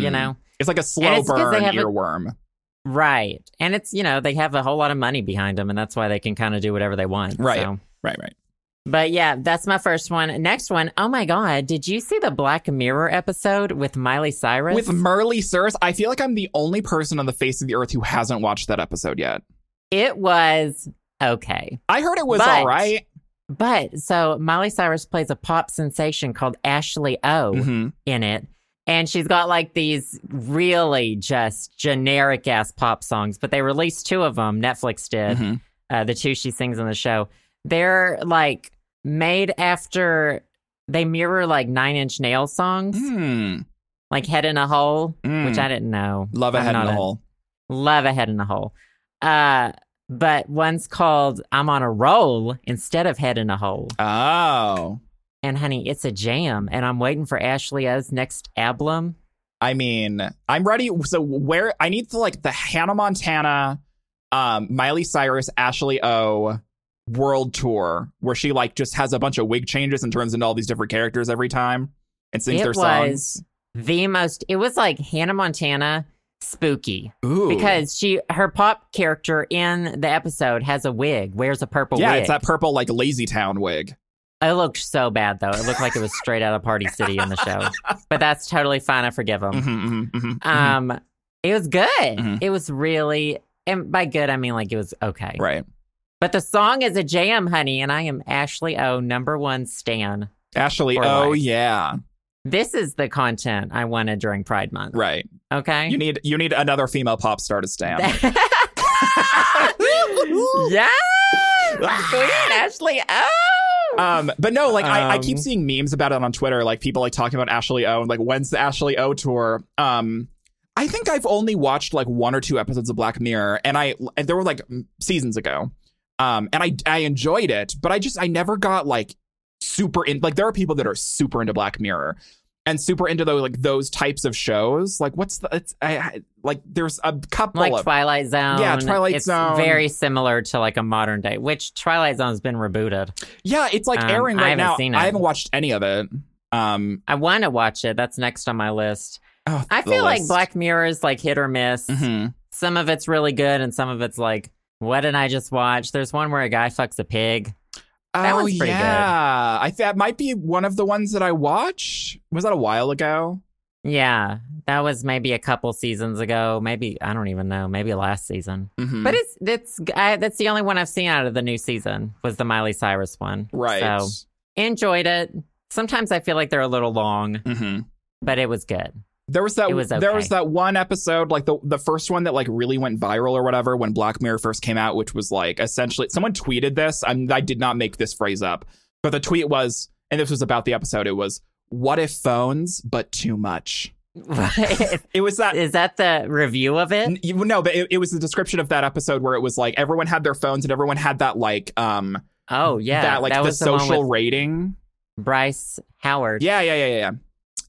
Speaker 2: Mm.
Speaker 1: know.
Speaker 2: it's like a slow
Speaker 1: it's 'cause they
Speaker 2: burn
Speaker 1: haven't-
Speaker 2: earworm.
Speaker 1: Right. And it's, you know, they have a whole lot of money behind them, and that's why they can kind of do whatever they want.
Speaker 2: Right.
Speaker 1: so.
Speaker 2: Right, right.
Speaker 1: But yeah, that's my first one. Next one, oh my God, did you see the Black Mirror episode with Miley Cyrus?
Speaker 2: With Merly Cyrus, I feel like I'm the only person on the face of the earth who hasn't watched that episode yet.
Speaker 1: it was okay.
Speaker 2: I heard it was
Speaker 1: But-
Speaker 2: all right.
Speaker 1: But so Miley Cyrus plays a pop sensation called Ashley O
Speaker 2: Mhm.
Speaker 1: in it. And she's got like these really just generic ass pop songs, but they released two of them. Netflix did.
Speaker 2: Mhm.
Speaker 1: uh, the two she sings on the show, they're like made after they mirror like Nine Inch Nail songs,
Speaker 2: Mm.
Speaker 1: like Head in a Hole,
Speaker 2: Mm.
Speaker 1: which I didn't know.
Speaker 2: Love
Speaker 1: I'm
Speaker 2: ahead
Speaker 1: not
Speaker 2: and a hole.
Speaker 1: Love a Head in a Hole. Uh, but one's called I'm on a roll instead of head in a hole.
Speaker 2: Oh,
Speaker 1: And honey, it's a jam. And I'm waiting for Ashley O's next album.
Speaker 2: I mean, I'm ready. So where I need to like the Hannah Montana, um, Miley Cyrus, Ashley O world tour where she like just has a bunch of wig changes and turns into all these different characters every time and sings
Speaker 1: It
Speaker 2: their songs.
Speaker 1: The most, it was like Hannah Montana spooky
Speaker 2: Ooh.
Speaker 1: because she, her pop character in the episode has a wig, wears a purple
Speaker 2: yeah,
Speaker 1: wig.
Speaker 2: it's that purple like lazy town wig.
Speaker 1: It looked so bad though. It looked like it was straight out of Party City in the show, but that's totally fine. I forgive him.
Speaker 2: Mhm, mhm, mhm, mhm.
Speaker 1: Um, it was good.
Speaker 2: Mhm.
Speaker 1: It was really, and by good I mean like it was okay.
Speaker 2: right.
Speaker 1: But the song is a jam, honey, and I am Ashley O, number one stan.
Speaker 2: Ashley.
Speaker 1: Or
Speaker 2: Oh
Speaker 1: life.
Speaker 2: yeah.
Speaker 1: This is the content I wanted during Pride Month.
Speaker 2: Right.
Speaker 1: Okay.
Speaker 2: You need you need another female pop star to stand.
Speaker 1: yeah. Queen Ashley O.
Speaker 2: Um, but no, like I, I keep
Speaker 1: Um,
Speaker 2: seeing memes about it on Twitter, like people like talking about Ashley O and like when's the Ashley O tour? Um, I think I've only watched like one or two episodes of Black Mirror, and I and there were like m- seasons ago, um, and I I enjoyed it, but I just I never got like super in like there are people that are super into Black Mirror and super into those like those types of shows. Like what's the it's, I, I like there's a couple
Speaker 1: Like
Speaker 2: of
Speaker 1: Twilight Zone.
Speaker 2: Yeah, Twilight
Speaker 1: it's
Speaker 2: Zone.
Speaker 1: Very similar to like a modern day, which Twilight Zone's been rebooted.
Speaker 2: yeah, it's like
Speaker 1: Um,
Speaker 2: airing
Speaker 1: I
Speaker 2: right
Speaker 1: haven't
Speaker 2: now.
Speaker 1: seen it.
Speaker 2: I haven't watched any of it. Um,
Speaker 1: I want to watch it. That's next on my list.
Speaker 2: oh,
Speaker 1: I
Speaker 2: the
Speaker 1: feel like
Speaker 2: list.
Speaker 1: Black Mirror is like hit or miss.
Speaker 2: Mhm.
Speaker 1: Some of it's really good, and some of it's like, what did I just watch? There's one where a guy fucks a pig. That
Speaker 2: oh,
Speaker 1: one's pretty good.
Speaker 2: yeah. I that might be one of the ones that I watch. Was that a while ago?
Speaker 1: Yeah, that was maybe a couple seasons ago. Maybe I don't even know. Maybe last season.
Speaker 2: Mm-hmm.
Speaker 1: But it's that's I, that's the only one I've seen out of the new season was the Miley Cyrus one.
Speaker 2: right.
Speaker 1: So enjoyed it. Sometimes I feel like they're a little long,
Speaker 2: hmm
Speaker 1: but it was good.
Speaker 2: There was that
Speaker 1: It was
Speaker 2: there was
Speaker 1: okay.
Speaker 2: that one episode, like the the first one that like really went viral or whatever when Black Mirror first came out, which was like essentially someone tweeted this. I'm, I did not make this phrase up, but the tweet was, and this was about the episode. It was, "What if phones, but too much." It was that
Speaker 1: Is that the review of it?
Speaker 2: N- you- no, but it, it was the description of that episode where it was like everyone had their phones and everyone had that like um
Speaker 1: Oh yeah,
Speaker 2: that like the
Speaker 1: was one
Speaker 2: social
Speaker 1: with
Speaker 2: rating.
Speaker 1: Bryce Howard.
Speaker 2: Yeah, yeah, yeah, yeah. yeah.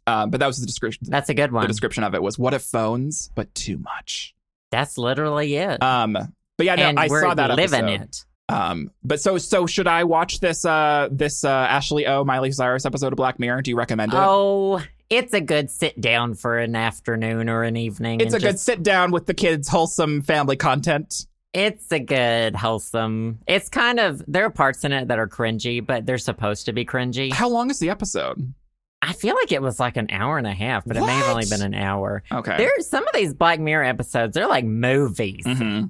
Speaker 2: Um, but that was the description.
Speaker 1: That's a good
Speaker 2: The
Speaker 1: one.
Speaker 2: description of it was what if phones, but too much.
Speaker 1: That's literally it.
Speaker 2: Um, but yeah, no,
Speaker 1: and
Speaker 2: I
Speaker 1: we're
Speaker 2: saw that
Speaker 1: living
Speaker 2: episode.
Speaker 1: it.
Speaker 2: Um, but so so should I watch this uh this uh Ashley O Miley Cyrus episode of Black Mirror? Do you recommend it?
Speaker 1: Oh, it's a good sit down for an afternoon or an evening.
Speaker 2: it's a
Speaker 1: and
Speaker 2: good
Speaker 1: just-
Speaker 2: sit down with the kids, wholesome family content.
Speaker 1: It's a good wholesome. It's kind of there are parts in it that are cringy, but they're supposed to be cringy.
Speaker 2: How long is the episode?
Speaker 1: I feel like it was like an hour and a half, but it may have only
Speaker 2: What?
Speaker 1: been an hour.
Speaker 2: Okay.
Speaker 1: There's some of these Black Mirror episodes. They're like movies.
Speaker 2: hmm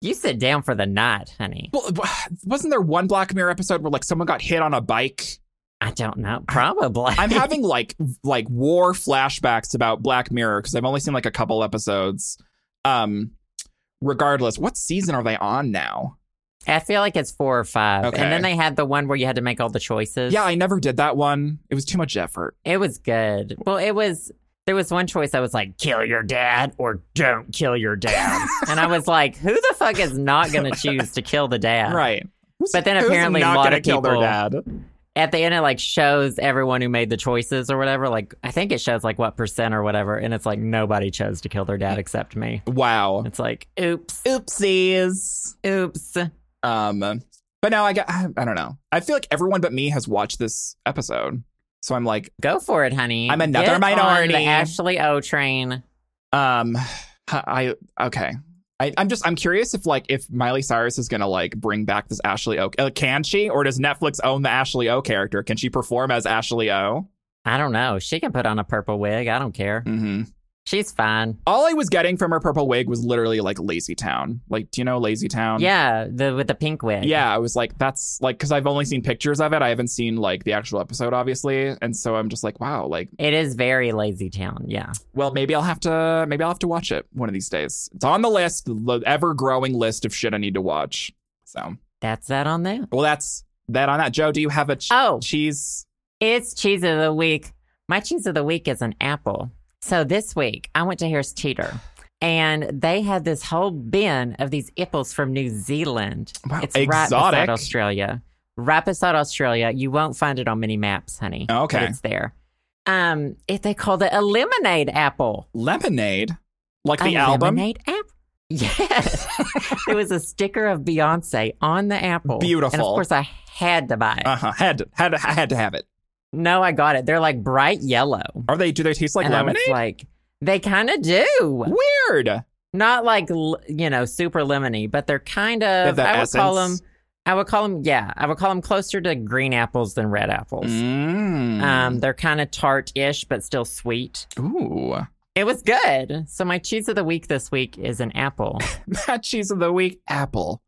Speaker 1: You sit down for the night, honey.
Speaker 2: Well, w- wasn't there one Black Mirror episode where like someone got hit on a bike?
Speaker 1: I don't know. Probably.
Speaker 2: I'm having like like war flashbacks about Black Mirror because I've only seen like a couple episodes. Um, regardless, what season are they on now?
Speaker 1: I feel like it's four or five.
Speaker 2: Okay.
Speaker 1: And then they had the one where you had to make all the choices.
Speaker 2: Yeah, I never did that one. It was too much effort.
Speaker 1: It was good. Well, it was. There was one choice I was like, kill your dad or don't kill your dad. and I was like, who the fuck is not going to choose to kill the dad?
Speaker 2: Right. Who's-
Speaker 1: But then
Speaker 2: who's
Speaker 1: apparently a
Speaker 2: not
Speaker 1: lot
Speaker 2: gonna
Speaker 1: of
Speaker 2: kill their
Speaker 1: people-
Speaker 2: dad.
Speaker 1: At the end, it like shows everyone who made the choices or whatever. Like, I think it shows like what percent or whatever. And it's like, nobody chose to kill their
Speaker 2: Mm.
Speaker 1: dad except me.
Speaker 2: Wow.
Speaker 1: It's like, oops,
Speaker 2: Oopsies.
Speaker 1: oops.
Speaker 2: Um, but no, I got. I I don't know. I feel like everyone but me has watched this episode, so I'm like,
Speaker 1: Go for it, honey.
Speaker 2: I'm another
Speaker 1: Get on
Speaker 2: minority.
Speaker 1: the Ashley O train.
Speaker 2: Um, I okay. I, I'm just I'm curious if like if Miley Cyrus is gonna like bring back this Ashley O. Uh, can she or does Netflix own the Ashley O character? Can she perform as Ashley O?
Speaker 1: I don't know. She can put on a purple wig. I don't care.
Speaker 2: Mm-hmm.
Speaker 1: She's fine.
Speaker 2: All I was getting from her purple wig was literally like Lazy Town. Like, do you know Lazy Town?
Speaker 1: yeah, the with the pink wig.
Speaker 2: Um, Yeah, I was like, that's like because I've only seen pictures of it. I haven't seen like the actual episode, obviously, and so I'm just like, wow, like,
Speaker 1: It is very lazy town. Yeah.
Speaker 2: well, maybe I'll have to, maybe I'll have to watch it one of these days. It's on the list, the ever growing list of shit I need to watch. So
Speaker 1: That's that on that.
Speaker 2: Well, that's that on that. Joe, do you have a ch-
Speaker 1: Oh.
Speaker 2: cheese?
Speaker 1: It's cheese of the week. My cheese of the week is an apple. So this week I went to Harris Teeter and they had this whole bin of these ipples from New Zealand.
Speaker 2: Wow,
Speaker 1: it's right
Speaker 2: exotic.
Speaker 1: beside Australia. Right beside Australia, you won't find it on many maps, honey.
Speaker 2: Okay.
Speaker 1: but it's there. Um, if they call it a lemonade apple,
Speaker 2: Lemonade, like the
Speaker 1: a
Speaker 2: album.
Speaker 1: lemonade apple. Yes, it was a sticker of Beyonce on the apple. and
Speaker 2: Beautiful.
Speaker 1: of course I had to buy it.
Speaker 2: Uh huh. Had to, had to, had to have it.
Speaker 1: no, I got it. They're like bright yellow,
Speaker 2: Are they? Do they taste like
Speaker 1: and
Speaker 2: lemonade?
Speaker 1: I was like, they kind of do.
Speaker 2: Weird.
Speaker 1: not like l- you know super lemony, but they're kind of.
Speaker 2: that
Speaker 1: I would call them.
Speaker 2: essence.
Speaker 1: I would call them. Yeah, I would call them closer to green apples than red apples.
Speaker 2: Mm.
Speaker 1: Um, they're kind of tart-ish, but still sweet.
Speaker 2: Ooh.
Speaker 1: It was good. So my cheese of the week this week is an apple,
Speaker 2: Bad cheese of the week. Apple.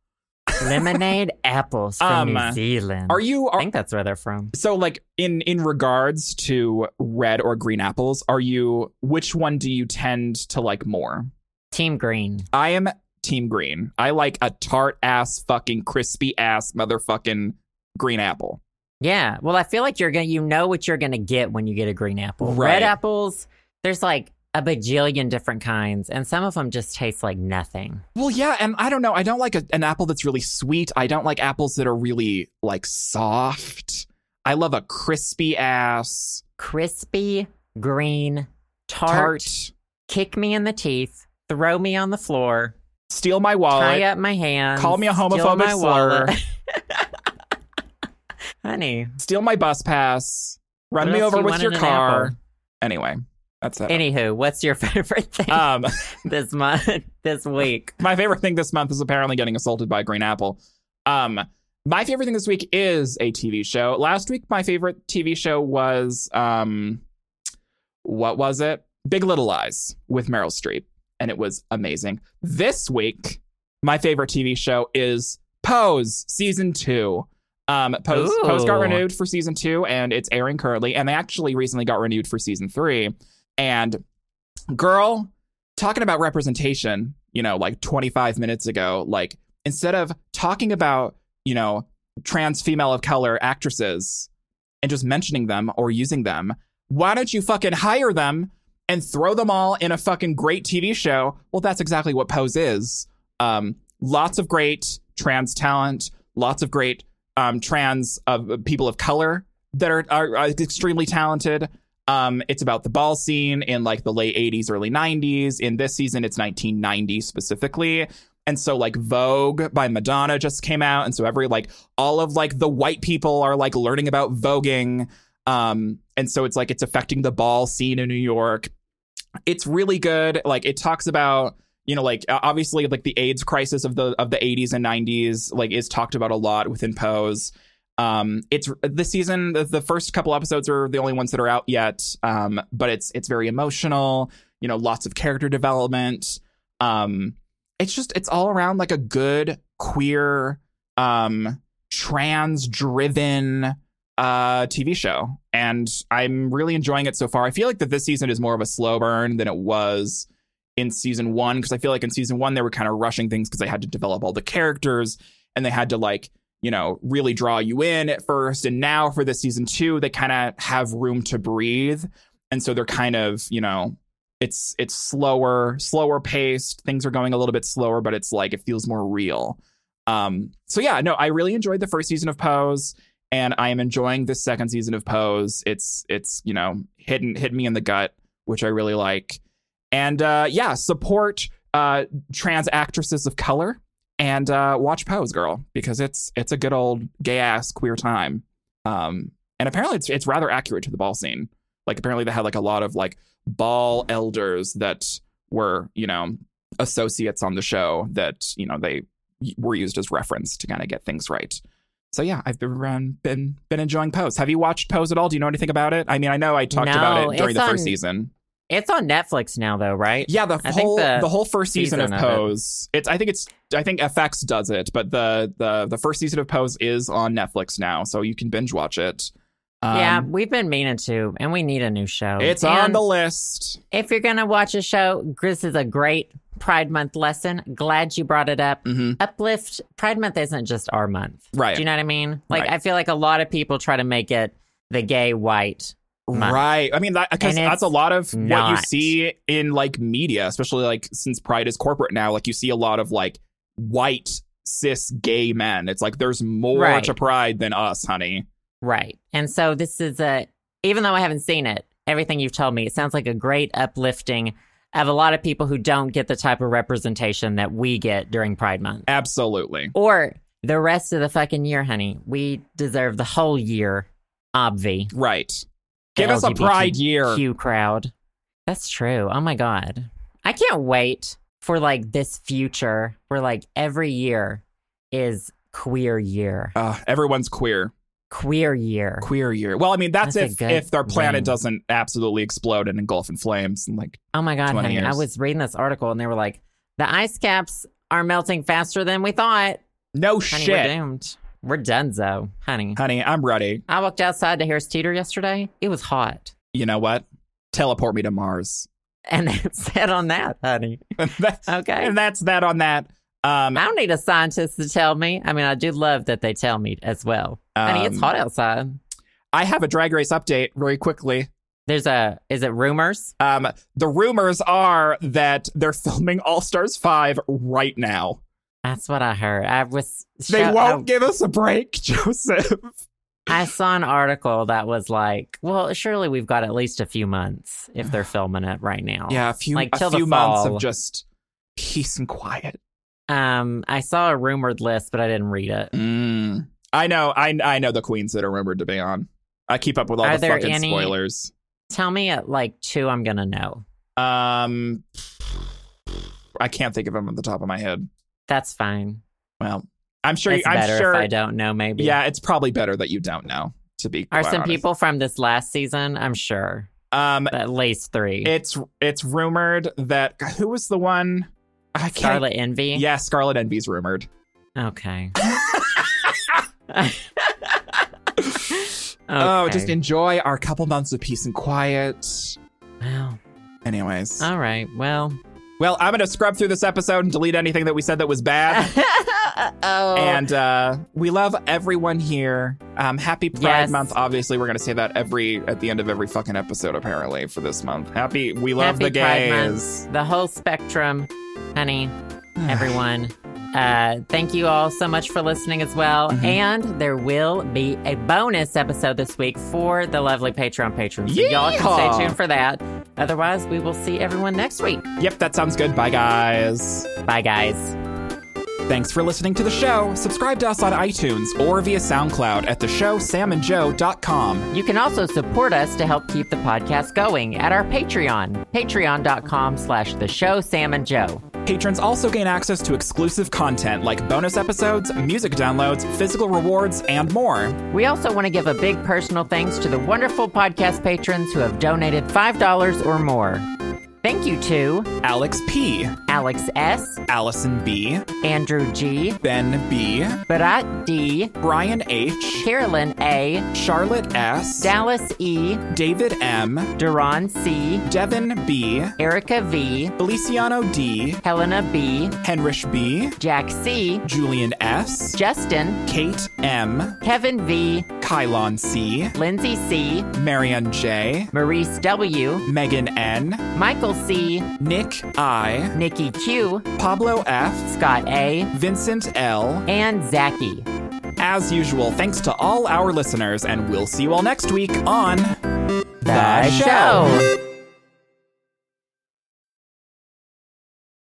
Speaker 1: lemonade apples from
Speaker 2: Um,
Speaker 1: New Zealand.
Speaker 2: Are you?
Speaker 1: I
Speaker 2: Are,
Speaker 1: think that's where they're from.
Speaker 2: so like in in regards to red or green apples, are you? Which one do you tend to like more?
Speaker 1: Team Green.
Speaker 2: I am team green. I like a tart ass, fucking crispy ass, motherfucking green apple.
Speaker 1: Yeah. Well, I feel like you're gonna. You know what you're gonna get when you get a green apple.
Speaker 2: Right.
Speaker 1: Red apples. There's like a bajillion different kinds, and some of them just taste like nothing.
Speaker 2: Well, yeah, and I don't know. I don't like a, an apple that's really sweet. I don't like apples that are really like soft. I love a crispy ass
Speaker 1: crispy, green, tart,
Speaker 2: tart.
Speaker 1: kick me in the teeth, throw me on the floor,
Speaker 2: Steal my
Speaker 1: tie
Speaker 2: wallet.
Speaker 1: up my hands,
Speaker 2: Call me a
Speaker 1: steal
Speaker 2: homophobic
Speaker 1: my
Speaker 2: slur.
Speaker 1: wallet. Honey,
Speaker 2: Steal my bus pass. Run
Speaker 1: What
Speaker 2: me
Speaker 1: else do
Speaker 2: over
Speaker 1: you
Speaker 2: with
Speaker 1: want
Speaker 2: your
Speaker 1: in an
Speaker 2: car.
Speaker 1: apple?
Speaker 2: Anyway, that's that.
Speaker 1: anywho, what's your favorite thing
Speaker 2: um,
Speaker 1: this month, this week?
Speaker 2: my favorite thing this month is apparently getting assaulted by a green apple. Um, my favorite thing this week is a TV show. Last week, my favorite TV show was um, what was it? Big Little Lies with Meryl Streep, and it was amazing. This week, my favorite TV show is Pose season two. Um, Pose,
Speaker 1: Ooh.
Speaker 2: Pose got renewed for season two, and it's airing currently. And they actually recently got renewed for season three. And girl, talking about representation, you know, like 25 minutes ago, like instead of talking about, you know, trans female of color actresses and just mentioning them or using them, why don't you fucking hire them and throw them all in a fucking great TV show? Well, that's exactly what Pose is. Um, lots of great trans talent, lots of great um, trans uh, people of color that are, are, are extremely talented. Um, it's about the ball scene in like the late 80s, early 90s. In this season, it's 1990 specifically. And so like Vogue by Madonna just came out. And so every like all of like the white people are like learning about voguing. Um, and so it's like it's affecting the ball scene in New York. It's really good. Like it talks about you know like o- obviously like the AIDS crisis of the of the 80s and 90s like is talked about a lot within Pose. Um, it's this season. The, the first couple episodes are the only ones that are out yet. Um, but it's it's very emotional. You know, lots of character development. Um, it's just it's all around like a good queer, um, trans driven uh TV show, and I'm really enjoying it so far. I feel like that this season is more of a slow burn than it was in season one because I feel like in season one they were kind of rushing things because they had to develop all the characters and they had to like you know really draw you in at first and now for this season two they kind of have room to breathe and so they're kind of you know it's it's slower slower paced things are going a little bit slower but it's like it feels more real um so yeah no i really enjoyed the first season of pose and i am enjoying this second season of pose it's it's you know hidden hit me in the gut which i really like and uh yeah support uh trans actresses of color and uh, watch Pose Girl because it's it's a good old gay ass queer time. Um, and apparently it's it's rather accurate to the ball scene. Like apparently they had like a lot of like ball elders that were you know associates on the show that you know they were used as reference to kind of get things right. So yeah, I've been um, been been enjoying Pose. Have you watched Pose at all? Do you know anything about it? I mean, I know I talked
Speaker 1: No,
Speaker 2: about it during
Speaker 1: it's
Speaker 2: the first
Speaker 1: on-
Speaker 2: season.
Speaker 1: It's on Netflix now, though, right?
Speaker 2: Yeah, the
Speaker 1: I think
Speaker 2: whole the,
Speaker 1: the
Speaker 2: whole first season,
Speaker 1: season
Speaker 2: of
Speaker 1: of it.
Speaker 2: Pose. It's I think it's I think FX does it, but the the the first season of Pose is on Netflix now, so you can binge watch it. Um,
Speaker 1: yeah, we've been meaning to, and we need a new show.
Speaker 2: it's on
Speaker 1: And
Speaker 2: the list.
Speaker 1: If you're gonna watch a show, this is a great Pride Month lesson. Glad you brought it up.
Speaker 2: hmm
Speaker 1: uplift pride month isn't just our month
Speaker 2: Right.
Speaker 1: do you know what i mean like
Speaker 2: Right.
Speaker 1: i feel like a lot of people try to make it the gay white month.
Speaker 2: Right. I mean, that, cause
Speaker 1: And it's
Speaker 2: that's a lot of what you
Speaker 1: not.
Speaker 2: see in like media, especially like since Pride is corporate now. Like you see a lot of like white cis gay men. It's like there's more
Speaker 1: Right.
Speaker 2: to Pride than us, honey.
Speaker 1: Right. And so this is a, even though I haven't seen it, everything you've told me, it sounds like a great uplifting of a lot of people who don't get the type of representation that we get during Pride Month
Speaker 2: Absolutely.
Speaker 1: or the rest of the fucking year, honey. We deserve the whole year, obvi.
Speaker 2: Right.
Speaker 1: the
Speaker 2: Give us a Pride year.
Speaker 1: LGBTQ crowd. That's true. Oh my God. I can't wait for like this future where like every year is queer year.
Speaker 2: Uh, everyone's queer.
Speaker 1: Queer year.
Speaker 2: Queer year. Well, I mean, that's,
Speaker 1: That's a
Speaker 2: if
Speaker 1: good
Speaker 2: if their planet
Speaker 1: name.
Speaker 2: doesn't absolutely explode and engulf in flames. And like,
Speaker 1: Oh my God,
Speaker 2: 20
Speaker 1: honey. I
Speaker 2: years.
Speaker 1: was reading this article and they were like, the ice caps are melting faster than we thought.
Speaker 2: no
Speaker 1: Honey,
Speaker 2: shit,
Speaker 1: we're doomed. We're donezo, honey.
Speaker 2: honey. I'm ready.
Speaker 1: I walked outside to Harris Teeter yesterday. It was hot.
Speaker 2: You know what? Teleport me to Mars.
Speaker 1: And that's it on that, honey. Okay.
Speaker 2: And that's that on that. Um,
Speaker 1: I don't need a scientist to tell me. I mean, I do love that they tell me as well. I mean, it's
Speaker 2: um,
Speaker 1: hot outside.
Speaker 2: I have a drag race update very quickly.
Speaker 1: There's a, is it rumors?
Speaker 2: Um, the rumors are that they're filming All Stars 5 right now.
Speaker 1: That's what I heard. I was,
Speaker 2: They
Speaker 1: show-
Speaker 2: won't give us a break, Joseph.
Speaker 1: I, I saw an article that was like, well, surely we've got at least a few months if they're filming it right now.
Speaker 2: Yeah, a few,
Speaker 1: Like, till
Speaker 2: a
Speaker 1: the
Speaker 2: few months
Speaker 1: fall.
Speaker 2: of just peace and quiet.
Speaker 1: Um, I saw a rumored list, but I didn't read it.
Speaker 2: Mm. I know, I, I know the queens that are rumored to be on. I keep up with all
Speaker 1: Are
Speaker 2: the
Speaker 1: there
Speaker 2: fucking
Speaker 1: any-
Speaker 2: spoilers.
Speaker 1: Tell me at like two, I'm going to know.
Speaker 2: Um, I can't think of them on the top of my head.
Speaker 1: That's fine.
Speaker 2: Well, I'm sure.
Speaker 1: it's
Speaker 2: I'm
Speaker 1: better
Speaker 2: sure.
Speaker 1: if I don't know, maybe.
Speaker 2: Yeah, it's probably better that you don't know. To be
Speaker 1: Are
Speaker 2: quite
Speaker 1: some
Speaker 2: honest.
Speaker 1: people from this last season? I'm sure.
Speaker 2: Um,
Speaker 1: At least three.
Speaker 2: it's it's rumored that who was the one? I can't.
Speaker 1: Scarlet Envy?
Speaker 2: Yeah, Scarlet Envy's rumored.
Speaker 1: Okay.
Speaker 2: Oh,
Speaker 1: Okay.
Speaker 2: just enjoy our couple months of peace and quiet.
Speaker 1: Wow.
Speaker 2: Anyways,
Speaker 1: All right. Well.
Speaker 2: well, I'm gonna scrub through this episode and delete anything that we said that was bad.
Speaker 1: oh.
Speaker 2: and uh, we love everyone here. Um, happy Pride
Speaker 1: Yes.
Speaker 2: Month. Obviously, we're gonna say that every at the end of every fucking episode. Apparently, for this month, happy. We love
Speaker 1: Happy
Speaker 2: the
Speaker 1: Pride Month.
Speaker 2: gays.
Speaker 1: the whole spectrum, honey, everyone. Uh, thank you all so much for listening as well.
Speaker 2: Mhm.
Speaker 1: And there will be a bonus episode this week for the lovely Patreon patrons. So y'all can
Speaker 2: Yeehaw!
Speaker 1: stay tuned for that. Otherwise, we will see everyone next week.
Speaker 2: Yep, that sounds good. Bye, guys.
Speaker 1: Bye, guys.
Speaker 2: Thanks for listening to the show. Subscribe to us on iTunes or via SoundCloud at the show samandjoe.com.
Speaker 1: You can also support us to help keep the podcast going at our Patreon, patreon.com slash the show Sam and Joe.
Speaker 2: Patrons also gain access to exclusive content like bonus episodes, music downloads, physical rewards, and more.
Speaker 1: We also want to give a big personal thanks to the wonderful podcast patrons who have donated $5 or more. Thank you to
Speaker 2: Alex P,
Speaker 1: Alex S.,
Speaker 2: Allison B,
Speaker 1: Andrew G.,
Speaker 2: Ben B,
Speaker 1: Barat D.,
Speaker 2: Brian H,
Speaker 1: Carolyn A.,
Speaker 2: Charlotte S,
Speaker 1: Dallas E.,
Speaker 2: David M,
Speaker 1: Duran C.,
Speaker 2: Devin B,
Speaker 1: Erica V.,
Speaker 2: Feliciano D,
Speaker 1: Helena B.,
Speaker 2: Henrich B,
Speaker 1: Jack C.,
Speaker 2: Julian S,
Speaker 1: Justin,
Speaker 2: Kate M,
Speaker 1: Kevin V.,
Speaker 2: Kylon C,
Speaker 1: Lindsay C.,
Speaker 2: Marianne J,
Speaker 1: Maurice W.,
Speaker 2: Megan N,
Speaker 1: Michael C.,
Speaker 2: Nick I,
Speaker 1: Nikki Q,
Speaker 2: Pablo F,
Speaker 1: Scott A,
Speaker 2: Vincent L.
Speaker 1: and Zachy.
Speaker 2: As usual, thanks to all our listeners, and we'll see you all next week on
Speaker 1: The show.